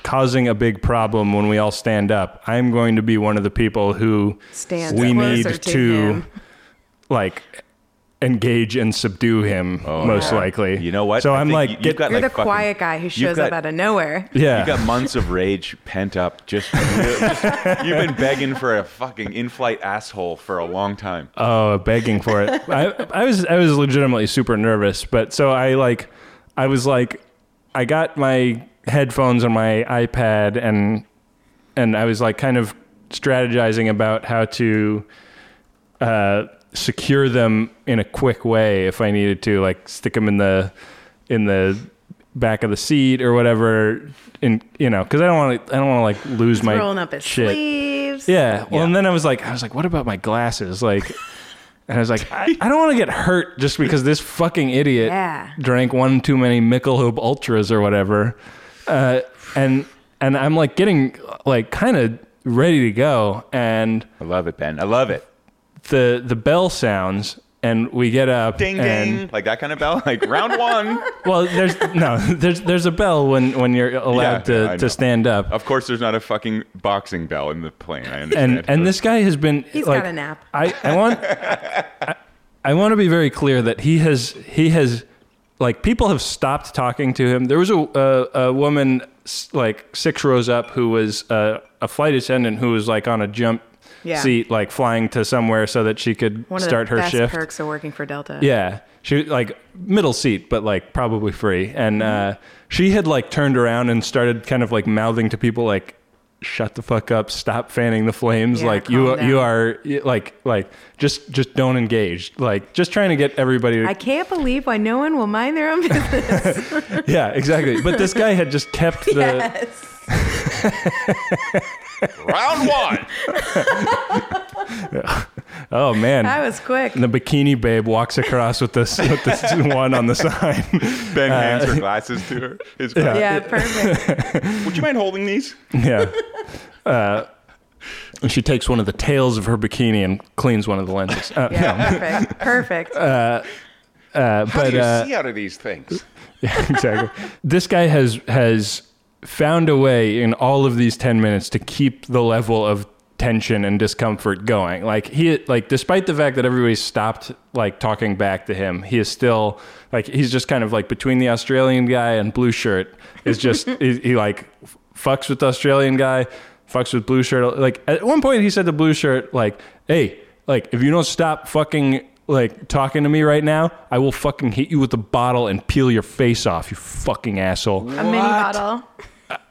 causing a big problem when we all stand up, I'm going to be one of the people who
Stands
we need
closer
to,
to him.
like engage and subdue him most
Oh, yeah.
likely.
You know what?
So
I
I'm
think
like,
you- you've
get,
got,
You're
like,
the
fucking-
quiet guy who
you've
shows
got-
up out of nowhere.
yeah.
You got months of rage pent up. Just you've been begging for a fucking in-flight asshole for a long time.
Oh, begging for it. I, I was I was legitimately super nervous, but so I like I was like I got my headphones on my iPad and and I was like kind of strategizing about how to uh, secure them in a quick way if I needed to, like stick them in the in the back of the seat or whatever. In you know, because I don't want to I don't want to like lose my
Rolling up his
shit.
sleeves.
Yeah. Well, and then I was like, I was like, what about my glasses? Like, and I was like, I, I don't want to get hurt just because this fucking idiot
Yeah.
drank one too many Michelob Ultras or whatever. Uh, and and I'm like getting like kind of ready to go, and
I love it, Ben. I love it.
the the bell sounds, and we get up.
Ding
and,
ding, like that kind of bell. Like round one.
Well, there's no there's there's a bell when when you're allowed
Yeah, yeah, I
to to
know.
stand up.
Of course, there's not a fucking boxing bell in the plane. I understand.
and and this guy has been
He's
like,
got a nap.
I, I want I, I want to be very clear that he has he has like people have stopped talking to him. There was a a, a woman s- like six rows up who was uh, a flight attendant who was like on a jump
Yeah.
seat, like flying to somewhere so that she could
One of
start
the
her
best
shift.
perks of working for Delta.
Yeah. She like middle seat, but like probably free. And uh, she had like turned around and started kind of like mouthing to people like, "Shut the fuck up! Stop fanning the flames!
Yeah,
like you
calm
you
down."
are like like just just don't engage. Like just trying to get everybody to
I can't believe why no one will mind their own business.
yeah exactly. But this guy had just kept the
yes.
round one.
oh man.
That was quick.
and the bikini babe walks across with this with this one on the sign.
Ben hands her glasses to her. His Uh, yeah.
yeah, perfect.
Would you mind holding these?
Yeah. Uh, and she takes one of the tails of her bikini and cleans one of the lenses. Uh,
Yeah, perfect. Perfect.
uh,
How
but
do you
uh,
see out of these things?
yeah, exactly. This guy has has found a way in all of these ten minutes to keep the level of tension and discomfort going. Like he like despite the fact that everybody stopped like talking back to him, he is still like he's just kind of like between the Australian guy and blue shirt is just he, he like f- fucks with the Australian guy, fucks with blue shirt. Like at one point he said to blue shirt like, "Hey, like if you don't stop fucking like talking to me right now, I will fucking hit you with a bottle and peel your face off, you fucking asshole.
a mini
What?
bottle.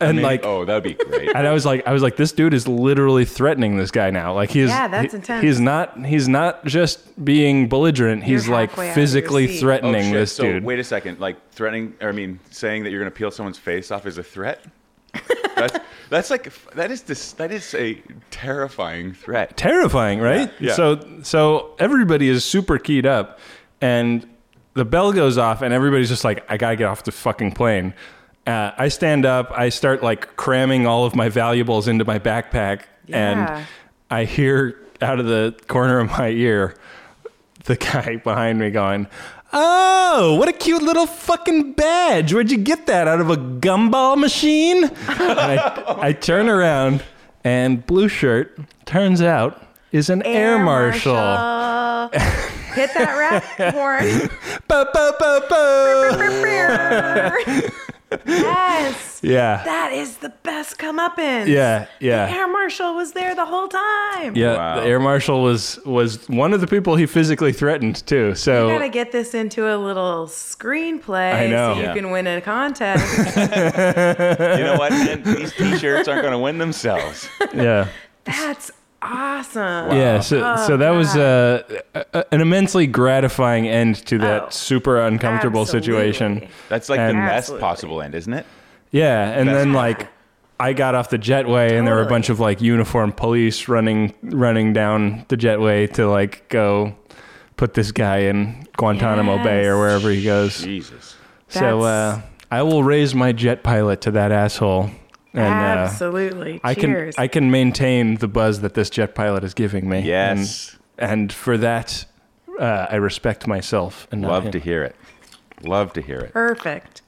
And
Maybe-
like
oh, that'd be great.
and I was like I was like this dude is literally threatening this guy now. Like he's
Yeah, that's
he-
intense.
He's not he's not just being belligerent. He's
You're
like
halfway out of your
physically
seat.
Oh,
threatening
shit.
this
so
dude.
wait a second. Like threatening, or I mean, saying that you're going to peel someone's face off is a threat. that's that's like that is this that is a terrifying threat.
terrifying, right?
Yeah, yeah.
So so everybody is super keyed up, and the bell goes off, and everybody's just like, "I gotta get off the fucking plane." Uh, I stand up, I start like cramming all of my valuables into my backpack,
Yeah.
and I hear out of the corner of my ear the guy behind me going, Oh, what a cute little fucking badge. Where'd you get that? Out of a gumball machine? and I, I turn around, and Blue Shirt turns out is an air, marshal.
Hit that rap horn.
Bo, bo, bo, bo.
yes.
Yeah.
That is the best comeuppance.
yeah. Yeah.
Air Marshal was there the whole time.
Yeah,
Wow.
the air marshal was was one of the people he physically threatened too.
You
So
gotta get this into a little screenplay
I know.
so you
Yeah.
can win a contest.
You know what? man? these T-shirts aren't going to win themselves.
yeah,
That's awesome.
yeah. So
Oh,
so that was uh, a, a- an immensely gratifying end to that
Oh,
super uncomfortable situation.
absolutely.
That's like
And-
the best
Absolutely.
possible end, isn't it?
Yeah, and then
That's-
like I got off the jetway, and there were a
Totally.
bunch of like uniformed police running running down the jetway to like go put this guy in Guantanamo Bay or
Yes.
wherever he goes.
Jesus.
So uh, I will raise my jet pilot to that asshole. And, uh,
Absolutely.
I can
Cheers.
I can maintain the buzz that this jet pilot is giving me.
Yes.
and, and for that, uh, I respect myself. And not
Love
him.
to hear it. Love to hear it.
Perfect.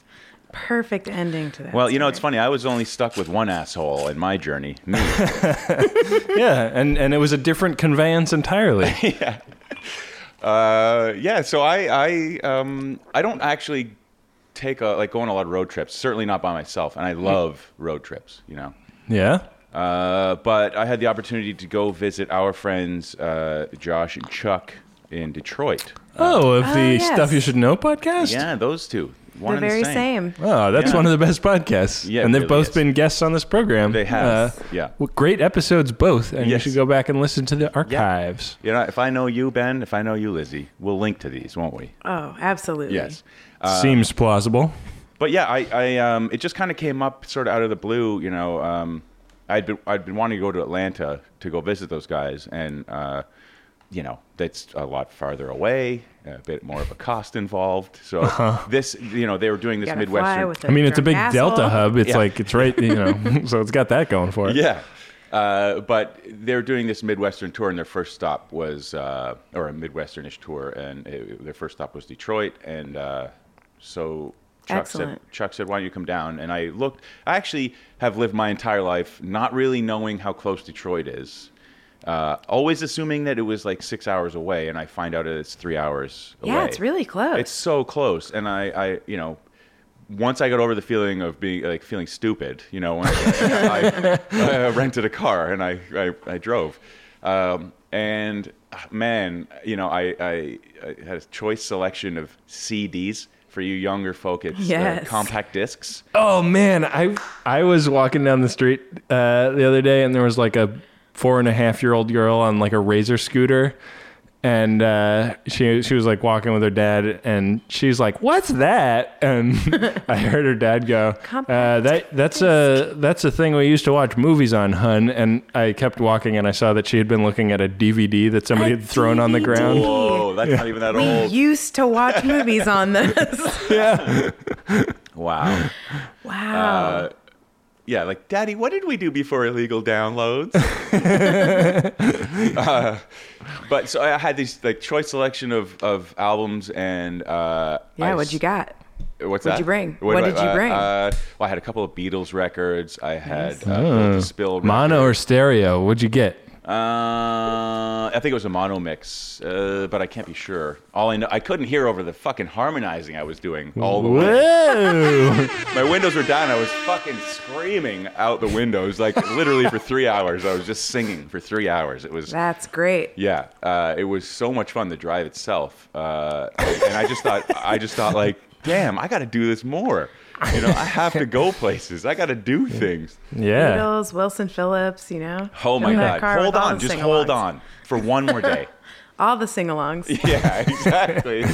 Perfect ending to that.
Well, you know, it's
story.
funny. I was only stuck with one asshole in my journey. Me.
Yeah, and and it was a different conveyance entirely.
Uh, yeah. So I, I, um, I don't actually take a, like go on a lot of road trips. Certainly not by myself. And I love road trips. You know.
yeah.
Uh, but I had the opportunity to go visit our friends uh, Josh and Chuck in Detroit.
Oh, of the
yes.
stuff you should know podcast.
Yeah, those two. One
the
and
very
the
same.
Oh, that's
Yeah.
one of the best podcasts.
Yeah, it
and they've
really
both
is.
been guests on this program.
They have,
Uh,
yeah.
well, great episodes both, and
Yes.
you should go back and listen to the archives.
You know, if I know you, Ben, if I know you, Lizzie, we'll link to these, won't we?
Oh, absolutely.
Yes. Uh,
Seems plausible.
But yeah, I, I um, it just kind of came up sort of out of the blue, you know. Um, I'd been, I'd been wanting to go to Atlanta to go visit those guys, and uh, you know, that's a lot farther away, a bit more of a cost involved. So this, you know, they were doing this
Uh-huh. Gotta fly
midwestern.
with
I mean, it's a big
drunk
Delta
asshole.
hub. It's
Yeah.
like it's right, you know. so it's got that going for it.
Yeah. Uh, but they were doing this Midwestern tour, and their first stop was, uh, or a Midwesternish tour, and it, their first stop was Detroit. And uh, so Chuck said,
Excellent.
Chuck said, Why don't you come down? And I looked, I actually have lived my entire life not really knowing how close Detroit is. Uh, always assuming that it was like six hours away, and I find out that it's three hours away.
Yeah, it's really close.
It's so close, and I, I, you know, once I got over the feeling of being like feeling stupid, you know, when I, I, uh rented a car and I, I, I drove, um, and ah, man, you know, I, I, I had a choice selection of CDs for you younger folk. It's uh,
Yes.
compact discs.
Oh man, I I was walking down the street uh, the other day, and there was like a four and a half year old girl on like a razor scooter, and uh, she she was like walking with her dad, and she's like, "What's that?" And I heard her dad go, uh,
Compact
"That that's a that's a thing we used to watch movies on, hun." And I kept walking, and I saw that she had been looking at a DVD that somebody
A
had thrown on the
DVD.
ground.
Whoa, Oh, that's not even that
We
old.
used to watch movies on this.
Wow.
Wow.
Uh, Yeah, like, Daddy, what did we do before illegal downloads? Uh, but so I had these like choice selection of, of albums and uh,
Yeah,
I
what'd you
s-
got?
What's
what'd
that?
you bring?
What,
What
do I-
did you
uh,
bring?
Uh, well, I had a couple of Beatles records. I had uh, Built to Spill. Record.
Mono or stereo? What'd you get?
Uh, I think it was a mono mix, uh, but I can't be sure. All I know, I couldn't hear over the fucking harmonizing I was doing all the way.
Whoa!
My windows were down. I was fucking screaming out the windows, like literally for three hours. I was just singing for three hours. It was,
That's great.
yeah, uh, it was so much fun. The drive itself, uh, and I just thought, I just thought, like, damn, I got to do this more. You know, I have to go places. I got to do things.
yeah.
Beatles, Wilson Phillips, you know.
Oh my
In
god,
that car with
hold
all
on,
the
just hold
sing-alongs.
on for one more day.
All the sing alongs.
yeah, exactly.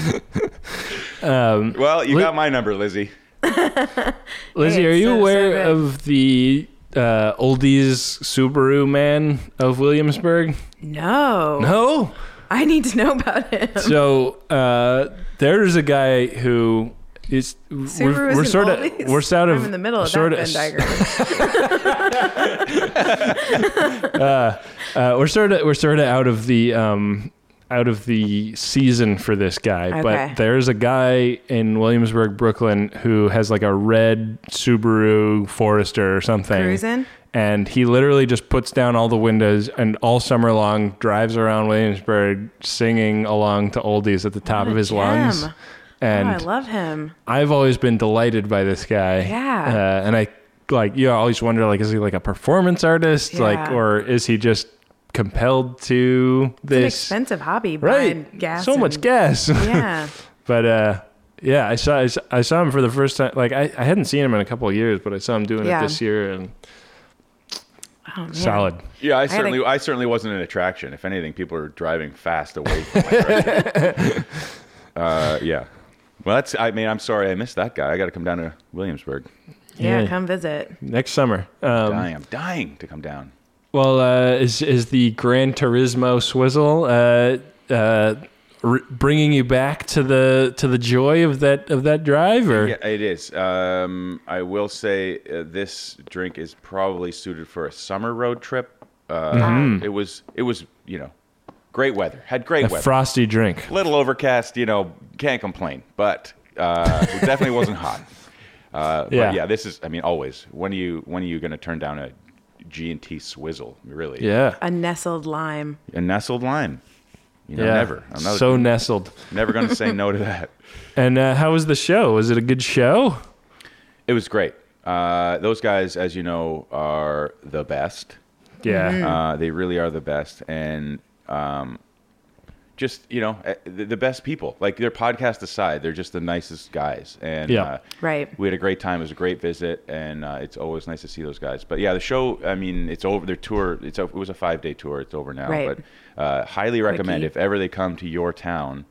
well, you
Li-
got my number, Lizzie.
Lizzie,
Hey,
are
it's
you
so- so
aware
good.
of the uh, oldies Subaru man of Williamsburg?
No.
No.
I need to know about him.
So uh, there's a guy who it's
Subaru
we're, we're
is
sort of
always-
we're sort of
I'm in the middle of
sort
that Venn diagram.
Uh, we're sort of we're sort of out of the um, out of the season for this guy,
Okay.
but there's a guy in Williamsburg, Brooklyn, who has like a red Subaru Forester or something,
Cruising?
and he literally just puts down all the windows and all summer long drives around Williamsburg singing along to oldies at the top
What
of
a
his lungs.
gem.
And
oh, I love him.
I've always been delighted by this guy.
Yeah.
Uh, and I like you always wonder like is he like a performance artist like
Yeah.
or is he just compelled to
It's an
this
expensive hobby, buying
right
Gas
so much
and-
gas
Yeah.
but uh yeah I saw I saw- I saw him for the first time like I, I hadn't seen him in a couple of years but I saw him doing
Yeah.
it this year and
Oh, man.
solid
Yeah, I
had a-
certainly, I certainly wasn't an attraction. If anything, people are driving fast away from my attraction. uh, yeah. Well, that's. I mean, I'm sorry I missed that guy. I got to come down to Williamsburg.
Yeah,
Yeah.
come visit.
next summer um,
dying. I'm dying to come down.
well uh, is is the Gran Turismo swizzle uh, uh, r- bringing you back to the to the joy of that of that drive or
Yeah, it is. Um, I will say uh, this drink is probably suited for a summer road trip. Uh,
Mm-hmm.
It was. It was. You know, great weather. Had great
a
weather.
frosty drink.
little overcast, you know, can't complain, but uh, it definitely wasn't hot. Uh, but
Yeah.
yeah, this is. I mean, always. When are you when are you going to turn down a G and T swizzle? Really?
Yeah.
A nestled lime.
A nestled lime. You know,
yeah.
never. I'm not,
so nestled.
never going to say no to that.
And uh, how was the show? Was it a good show?
It was great. Uh, those guys, as you know, are the best.
Yeah.
Mm-hmm.
Uh, they really are the best, and um, just you know, eh, the, the best people. Like their podcast aside, they're just the nicest guys. And
Yeah.
uh,
Right.
we had a great time. It was a great visit, and uh, it's always nice to see those guys. But yeah, the show. I mean, it's over. Their tour. It's o- it was a five day tour. It's over now,
Right.
but uh, highly recommend
Quickie.
if ever they come to your town.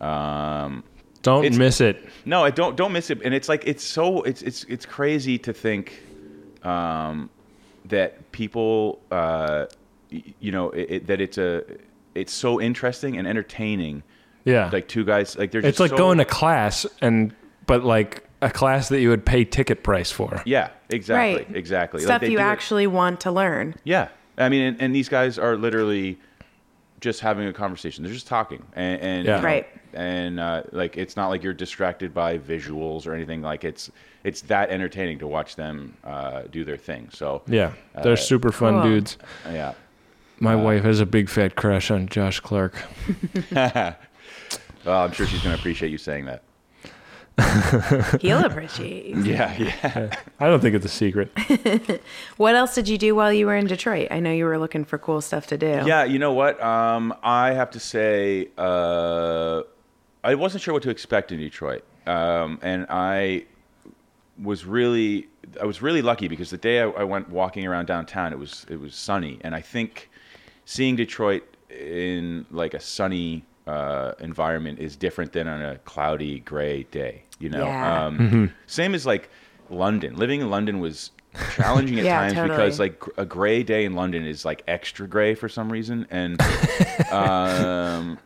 Um,
Don't
it's-
miss it.
no, I don't don't miss it. And it's like it's so it's it's it's crazy to think um, that people uh, y- you know it, it, that it's a it's so interesting and entertaining.
Yeah.
Like two guys like they're
it's
just
like
so-
going to class and but like a class that you would pay ticket price for.
yeah exactly
Right.
exactly Like,
Stuff
they
you
do it-
actually want to learn.
yeah I mean and, and these guys are literally just having a conversation they're just talking and, and you
Yeah.
know,
Right.
and uh, like it's not like you're distracted by visuals or anything like it's it's that entertaining to watch them uh, do their thing so
Yeah. They're
Uh,
super fun
Cool.
dudes.
yeah.
My wife has a big fat crush on Josh Clark.
Well, I'm sure she's going to appreciate you saying that.
He'll appreciate you.
Yeah, yeah.
I don't think it's a secret.
What else did you do while you were in Detroit? I know you were looking for cool stuff to do.
Yeah, you know what? Um, I have to say, uh, I wasn't sure what to expect in Detroit. Um, and I was really, I was really lucky because the day I, I went walking around downtown, it was, it was sunny. And I think seeing Detroit in like a sunny uh, environment is different than on a cloudy gray day, you know?
Yeah.
Um, Same as like London. Living in London was challenging at
Yeah,
times
totally.
because like gr- a gray day in London is like extra gray for some reason, and um,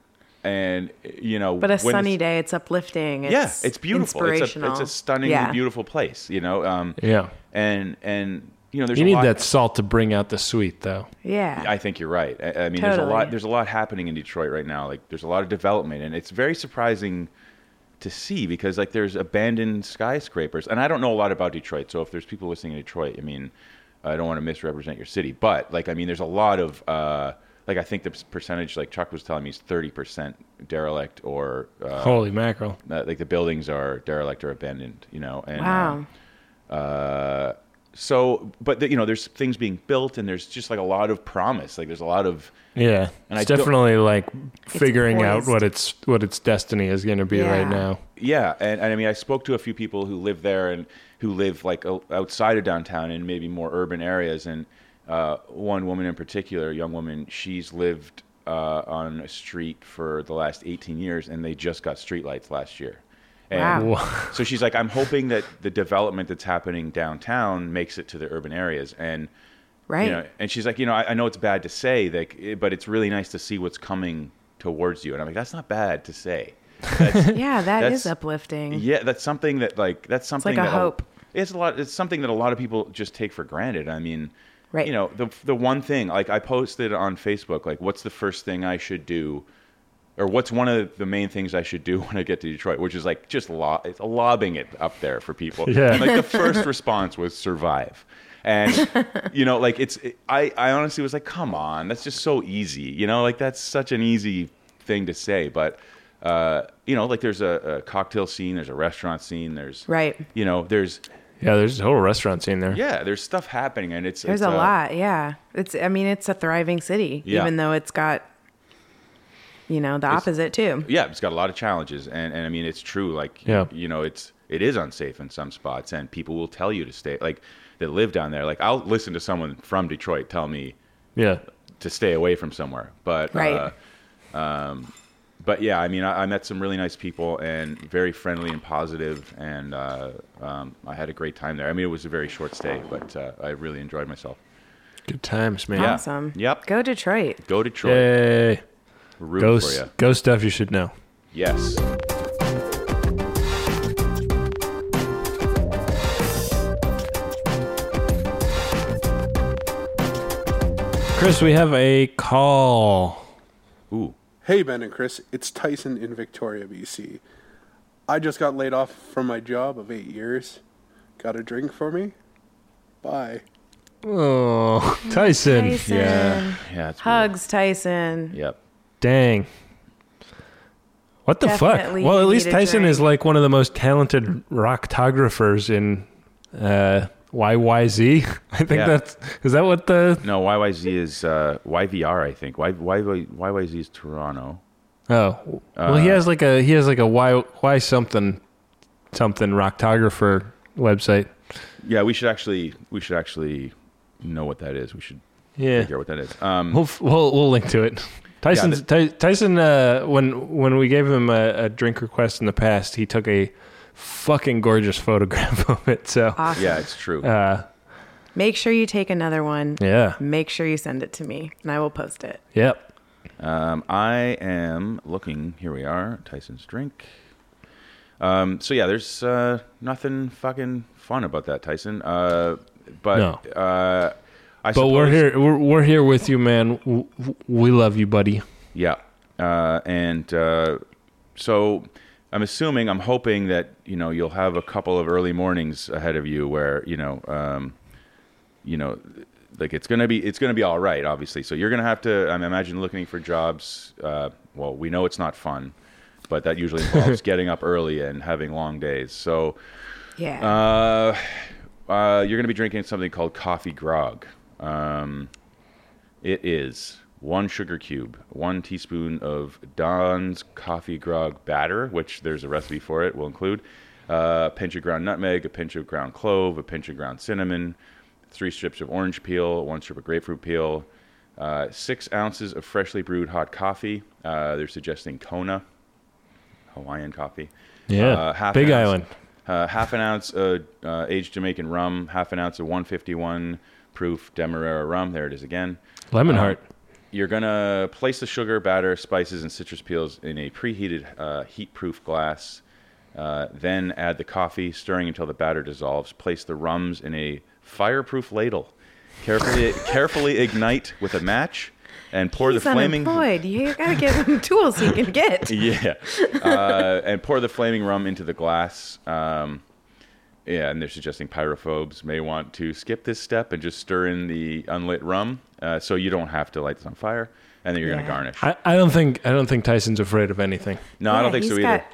and you know,
But a
when
sunny
it's-
day, it's uplifting. It's
yeah, it's beautiful. It's a,
Inspirational.
it's a stunningly
Yeah.
beautiful place, you know. Um,
Yeah.
and and you know, there's
You
a
need
lot-
that salt to bring out the sweet though.
Yeah.
I think you're right. I, I mean, there's a
Totally.
lot. There's a lot happening in Detroit right now. Like, there's a lot of development, and it's very surprising to see because like there's abandoned skyscrapers. And I don't know a lot about Detroit, so if there's people listening in Detroit, I mean, I don't want to misrepresent your city, but like, I mean, there's a lot of uh, like I think the percentage, like Chuck was telling me, is thirty percent derelict or uh,
Holy mackerel.
uh, like the buildings are derelict or abandoned, you know. And,
Wow.
um, uh, so, but the, you know, there's things being built, and there's just like a lot of promise. Like there's a lot of
Yeah.
And I
it's
don't-
definitely like figuring out
poised.
what its what its destiny is going to be
Yeah.
right now.
yeah, and, and I mean, I spoke to a few people who live there and who live like o- outside of downtown in maybe more urban areas, and uh, one woman in particular, a young woman, she's lived uh, on a street for the last 18 years, and they just got streetlights last year. And
Wow.
Wha-
so she's like, I'm hoping that the development that's happening downtown makes it to the urban areas. And
right.
you know, and she's like, you know, I, I know it's bad to say, like, eh, but it's really nice to see what's coming towards you. And I'm like, that's not bad to say.
Yeah, that
That's-
is uplifting.
Yeah, that's something that like that's something
like a
that
hope.
It's a lot. It's something that a lot of people just take for granted. I mean,
Right.
You know, the the one thing like I posted on Facebook, like, what's the first thing I should do, or what's one of the main things I should do when I get to Detroit, which is like just lo- it's lobbing it up there for people.
Yeah.
And, like the first response was survive. And you know, like it's it- I I honestly was like, come on, that's just so easy. You know, like that's such an easy thing to say, but uh, you know, like there's a, a cocktail scene, there's a restaurant scene, there's
Right.
You know, there's
Yeah, there's a whole restaurant scene there.
yeah, there's stuff happening, and it's
There's
it's,
a
uh,
lot, yeah. It's I mean, it's a thriving city,
Yeah.
even though it's got you know, the opposite too.
yeah, it's got a lot of challenges, and and I mean it's true. Like
Yeah.
you know, it's it is unsafe in some spots, and people will tell you to stay. Like that live down there. Like I'll listen to someone from Detroit tell me
Yeah.
to stay away from somewhere, but
Right.
Uh, um, but yeah, I mean, I, I met some really nice people and very friendly and positive, and uh, um, I had a great time there. I mean, it was a very short stay, but uh, I really enjoyed myself.
Good times, man.
Yeah.
Awesome.
Yep.
Go Detroit.
Go Detroit.
Yay.
We're rooting
Go,
for
s-
you.
go stuff you should know.
Yes.
Chris, we have a call.
Ooh.
Hey, Ben and Chris, it's Tyson in Victoria, BC. I just got laid off from my job of eight years. Got a drink for me? Bye.
Oh, Tyson.
Tyson.
Yeah. Yeah. It's weird.
Hugs, Tyson.
Yep.
Dang. What the
Definitely
fuck? Well,
you
at least
need a
Tyson
drink.
is like one of the most talented roctographers in uh, YYZ. I think
Yeah.
that's is that what the
No, YYZ is uh, YVR, I think. Y, y, YYZ is Toronto.
oh well he has like a he has like a Y Y something something roctographer website.
Yeah, we should actually we should actually know what that is. We should
Yeah,
figure out what that is. Um,
we'll f- we'll we'll link to it. Tyson's, Ty, Tyson, uh, when when we gave him a, a drink request in the past, he took a fucking gorgeous photograph of it. So
Awesome.
yeah, it's true.
uh,
Make sure you take another one.
yeah,
Make sure you send it to me and I will post it.
yep.
Um, I am looking. Here we are. Tyson's drink. Um, so yeah, there's uh, nothing fucking fun about that, Tyson. Uh, but
No.
uh, I
But we're
suppose-
here. We're, we're here with you, man. W- w- We love you, buddy.
Yeah. Uh, and uh, so I'm assuming, I'm hoping that, you know, you'll have a couple of early mornings ahead of you where, you know, um, you know, like it's going to be, it's going to be all right, obviously. So you're going to have to, I'm imagine looking for jobs. Uh, well, we know it's not fun, but that usually involves getting up early and having long days. So,
Yeah.
uh, uh, you're going to be drinking something called coffee grog. Um, it is one sugar cube, one teaspoon of Don's coffee grog batter, which there's a recipe for it, we'll include, uh, a pinch of ground nutmeg, a pinch of ground clove, a pinch of ground cinnamon, three strips of orange peel, one strip of grapefruit peel, uh, six ounces of freshly brewed hot coffee. Uh, they're suggesting Kona, Hawaiian coffee.
Yeah,
Uh, half
Big
an ounce-
Island.
Uh, half an ounce of uh, aged Jamaican rum, half an ounce of 151 proof Demerara rum. There it is again.
Lemon heart.
You're gonna place the sugar, batter, spices, and citrus peels in a preheated uh, heat-proof glass. Uh, then add the coffee, stirring until the batter dissolves. Place the rums in a fireproof ladle. Carefully, carefully ignite with a match, and pour
He's
the flaming.
unemployed. You gotta get him tools he can get.
Yeah, uh, and pour the flaming rum into the glass. Um, yeah, and they're suggesting pyrophobes may want to skip this step and just stir in the unlit rum, uh, so you don't have to light this on fire. And then you're
Yeah.
gonna garnish.
I, I don't think I don't think Tyson's afraid of anything.
No, I
Yeah,
don't think
he's
so either.
got-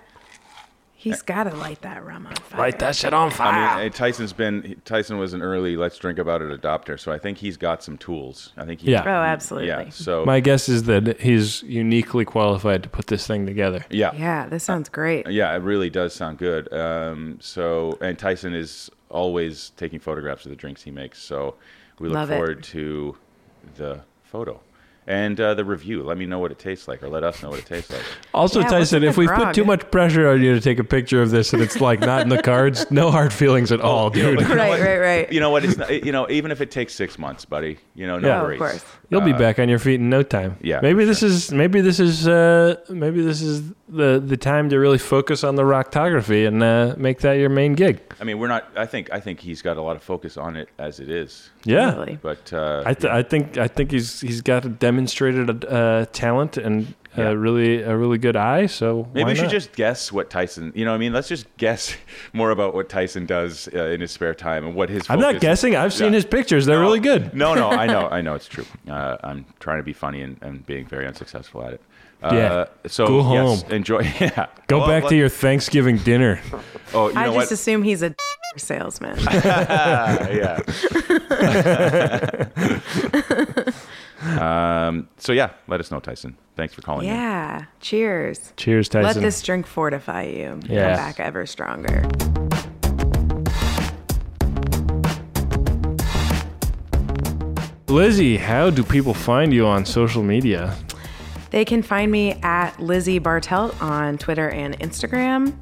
He's gotta light that rum on fire.
Light that shit on fire.
I mean, Tyson's been Tyson was an early let's drink about it adopter, so I think he's got some tools. I think he,
Yeah.
Oh, absolutely.
yeah. So
My guess is that he's uniquely qualified to put this thing together.
yeah,
Yeah, this sounds great.
Yeah, it really does sound good. Um, so, and Tyson is always taking photographs of the drinks he makes. So, we look
Love it.
forward to the photo. And uh, the review. Let me know what it tastes like, or let us know what it tastes like.
Also,
Yeah, what's
Tyson,
in
if
the
we put
grog?
too much pressure on you to take a picture of this and it's like not in the cards, no hard feelings
Oh,
at all, dude.
You know
Right,
what?
right, right.
You know what? It's not, you know even if it takes six months, buddy. You know, no
Yeah. Oh, of
worries.
course.
You'll be back on your feet in no time.
uh, yeah,
Maybe
for
this is maybe this is uh, maybe this is the the time to really focus on the rocktography and uh, make that your main gig.
I mean, we're not. I think I think he's got a lot of focus on it as it is.
Yeah.
Totally.
But uh,
I, th- I think I think he's he's got a demonstrated uh, talent and uh,
Yeah.
really a really good eye. So
Maybe
why
we should
not?
just guess what Tyson. You know, what I mean, let's just guess more about what Tyson does uh, in his spare time and what his.
I'm
focus-
not guessing. I've seen
Yeah.
his pictures. They're really good.
No, no, I know, I know, it's true. Uh, I'm trying to be funny and, and being very unsuccessful at it. Uh,
Yeah.
So
Go
yes,
home.
enjoy. Yeah.
Go
Well,
back
let-
to your Thanksgiving dinner.
Oh, you
I
know
just
what?
assume he's a salesman.
Oh,
yeah. um, so yeah, let us know, Tyson. Thanks for calling. in.
yeah. Cheers.
Cheers,
Let
Tyson.
this drink fortify you.
Yes.
Come back ever stronger.
Lizzie, how do people find you on social media?
They can find me at Lizzie Bartelt on Twitter and Instagram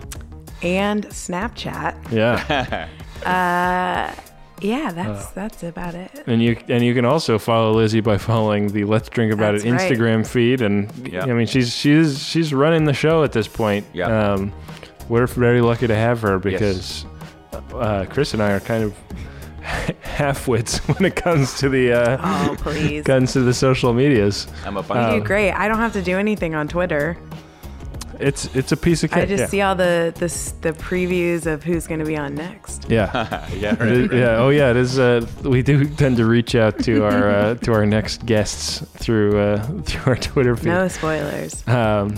and Snapchat.
Yeah,
Yeah, that's
Oh.
that's about it.
and you and you can also follow Lizzie by following the Let's Drink About It
That's right.
Instagram feed. And
Yeah.
I mean, she's she's she's running the show at this point.
Yeah.
um, we're very lucky to have her because uh, Chris and I are kind of halfwits when it comes to the uh,
Oh, please. You
comes to the social medias.
I'm a
Oh.
bunch.
do great. I don't have to do anything on Twitter.
It's it's a piece of cake.
I just
yeah.
see all the, the s- the previews of who's going to be on next.
yeah.
yeah.
It
Right.
is- yeah. Oh, yeah. It is. Uh, we do tend to reach out to our uh, to our next guests through uh, through our Twitter feed.
No spoilers.
Um,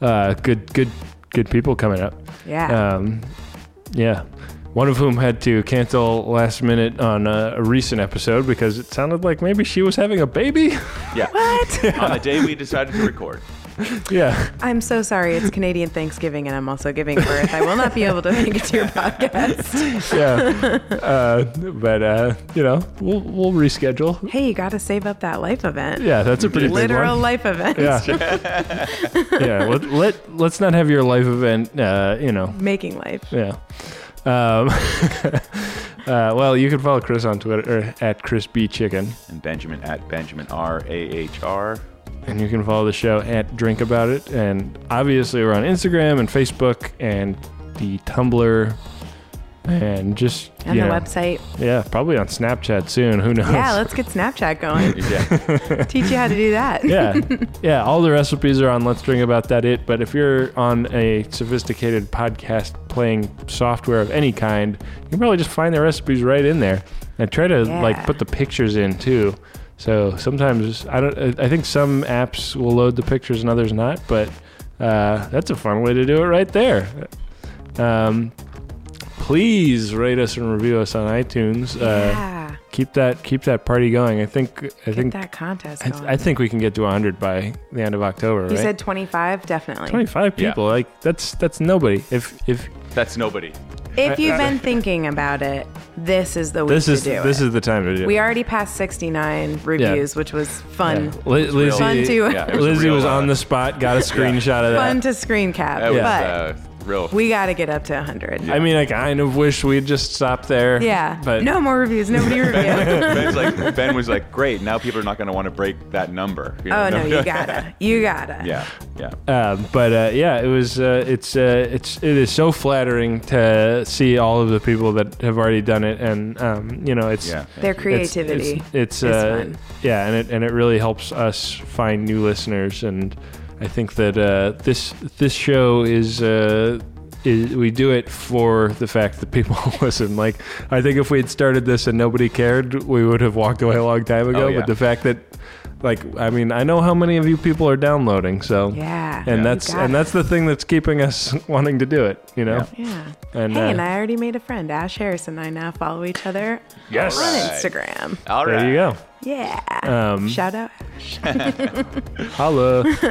uh, good, good, good people coming up.
Yeah.
Um, yeah. One of whom had to cancel last minute on a, a recent episode because it sounded like maybe she was having a baby.
Yeah.
What?
On the day we decided to record.
yeah.
I'm so sorry. It's Canadian Thanksgiving and I'm also giving birth. I will not be able to make it to your podcast.
Yeah. uh, but uh, you know, we'll we'll reschedule.
Hey, you got to save up that life event.
Yeah, that's a pretty big one.
Literal life event.
yeah. yeah. Let, let let's not have your life event. Uh, you know.
Making life.
Yeah. Um, uh, well, you can follow Chris on Twitter or at Chris B Chicken,
And Benjamin at Benjamin R A H R.
and you can follow the show at Drink About It, and obviously we're on Instagram and Facebook and the Tumblr, and just
And
you
the
know,
website.
Yeah, probably on Snapchat soon. Who knows?
Yeah, let's get Snapchat going.
Yeah.
Teach you how to do that.
yeah, yeah. All the recipes are on Let's Drink About That It. But if you're on a sophisticated podcast playing software of any kind, you can probably just find the recipes right in there and try to like
Yeah.
put the pictures in too. So sometimes I don't. I think some apps will load the pictures and others not. But uh, that's a fun way to do it right there. Um, please rate us and review us on iTunes. Uh,
Yeah.
keep that keep that party going. I think I
Get
think
that contest
I,
going.
th- I think we can get to 100 by the end of October,
you
right?
said 25, definitely.
25
Yeah.
people. Like that's that's nobody. If if
That's nobody.
If you've been thinking about it, this is the week
this
to
is
do it.
this is the time to do.
we
it.
already passed 69 reviews, which was fun.
Yeah. Li- Lizzie,
Fun to
Yeah, it was a
Lizzie
real,
was
uh,
on the spot. Got a screenshot of that.
fun to screen cap.
That was
But
uh, real.
we got to get up to 100. Yeah.
I mean, I kind of wish we'd just stopped there. but
no more reviews. Nobody review.
Ben's like, ben was like, great. Now people are not going to want to break that number. You know?
Oh no, you gotta, you gotta.
Yeah. Yeah.
Uh, but uh, yeah, it was. Uh, it's uh, it's it is so flattering to see all of the people that have already done it, and um, you know, it's
Yeah.
Their
it's-
creativity.
It's, it's,
is
uh,
fun.
yeah, and it and it really helps us find new listeners, and I think that uh, this this show is. Uh, is, we do it for the fact that people listen. Like, I think if we had started this and nobody cared, we would have walked away a long time ago.
Oh, yeah.
But the fact that, like, I mean, I know how many of you people are downloading, so
Yeah.
and
You
that's
got
and
it.
that's the thing that's keeping us wanting to do it. You know,
Yeah.
and,
hey,
uh,
and I already made a friend, Ash Harris, and I now follow each other
Yes.
on Instagram.
All
there
right.
you go.
Yeah.
Um,
Shout out.
Holla.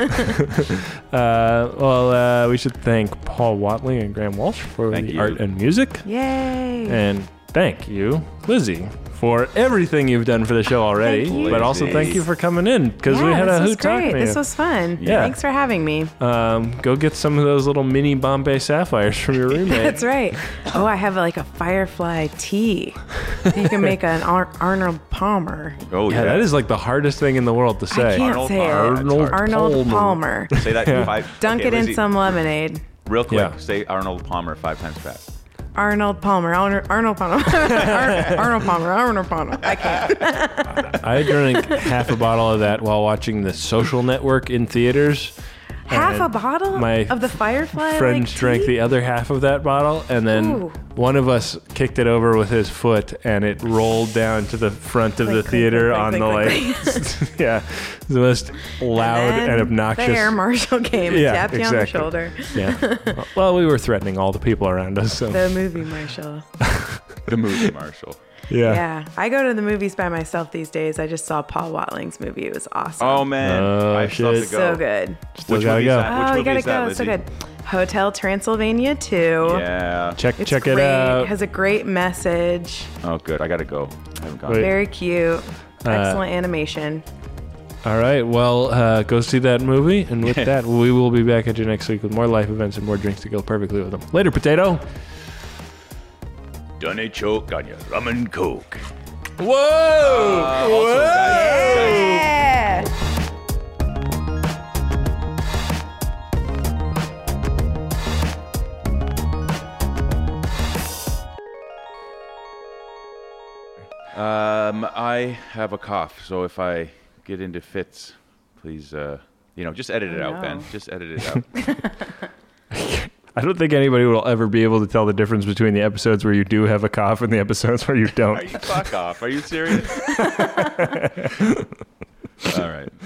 uh, well, uh, we should thank Paul Watley and Graham Walsh for
Thank
the
you.
art and music.
Yay.
And thank you, Lizzie, for everything you've done for the show already,
Thank you.
but also thank you for coming in because
yeah,
we had a
this
hoot
was
talk.
great.
with
This
you.
was fun.
Yeah.
Thanks for having me.
um, go get some of those little mini Bombay sapphires from your roommate.
That's right. Oh, I have like a firefly tea. You can make an Ar- Arnold Palmer.
Oh
yeah,
yeah,
that is like the hardest thing in the world to
I
say.
can't
Arnold
say it.
Palmer. That's
Arnold,
hard.
Palmer.
Palmer.
Say that five.
Dunk
okay,
it in
Lizzie,
some lemonade.
Real quick,
Yeah.
say Arnold Palmer five times fast.
Arnold Palmer. Arnold, Arnold Palmer. Ar- Arnold Palmer. Arnold Palmer. I can't.
I drank half a bottle of that while watching The Social Network in theaters.
Half
And
a bottle
my
of the firefly.
friend
like,
drank
tea?
the other half of that bottle, and then
Ooh.
one of us kicked it over with his foot, and it rolled down to the front of the theater
click,
on
click,
the
click,
like, yeah, the most loud and,
then
obnoxious.
There, Marshall came and
Yeah,
tapped you on the
exactly.
shoulder.
yeah. Well, we were threatening all the people around us. So
The movie, Marshall.
The movie, Marshall.
yeah.
Yeah, I go to the movies by myself these days. I just saw Paul Watling's movie. It was awesome.
Oh man,
Oh,
I still have
shit.
to go.
so good.
Still
Which
gotta
movie
go.
is that? Which
oh, you
movie
gotta
is that,
go. It's so
Lizzie?
good. Hotel Transylvania 2.
Yeah.
Check
It's
check
great.
it out.
Has a great message.
Oh good, I gotta go. I haven't gone.
Wait.
Very cute.
Uh,
Excellent animation.
All right. Well, uh, go see that movie, and with that, we will be back at you next week with more life events and more drinks to go perfectly with them. Later, potato.
Done a choke on your rum and coke.
Whoa.
Uh, also, guys- guys,
Yeah.
Um, I have a cough, so if I get into fits, please, uh, you know, just edit it out, Ben.
no.
Just edit it out.
I don't think anybody will ever be able to tell the difference between the episodes where you do have a cough and the episodes where you
Are
don't.
you fuck off? Are you serious? All right.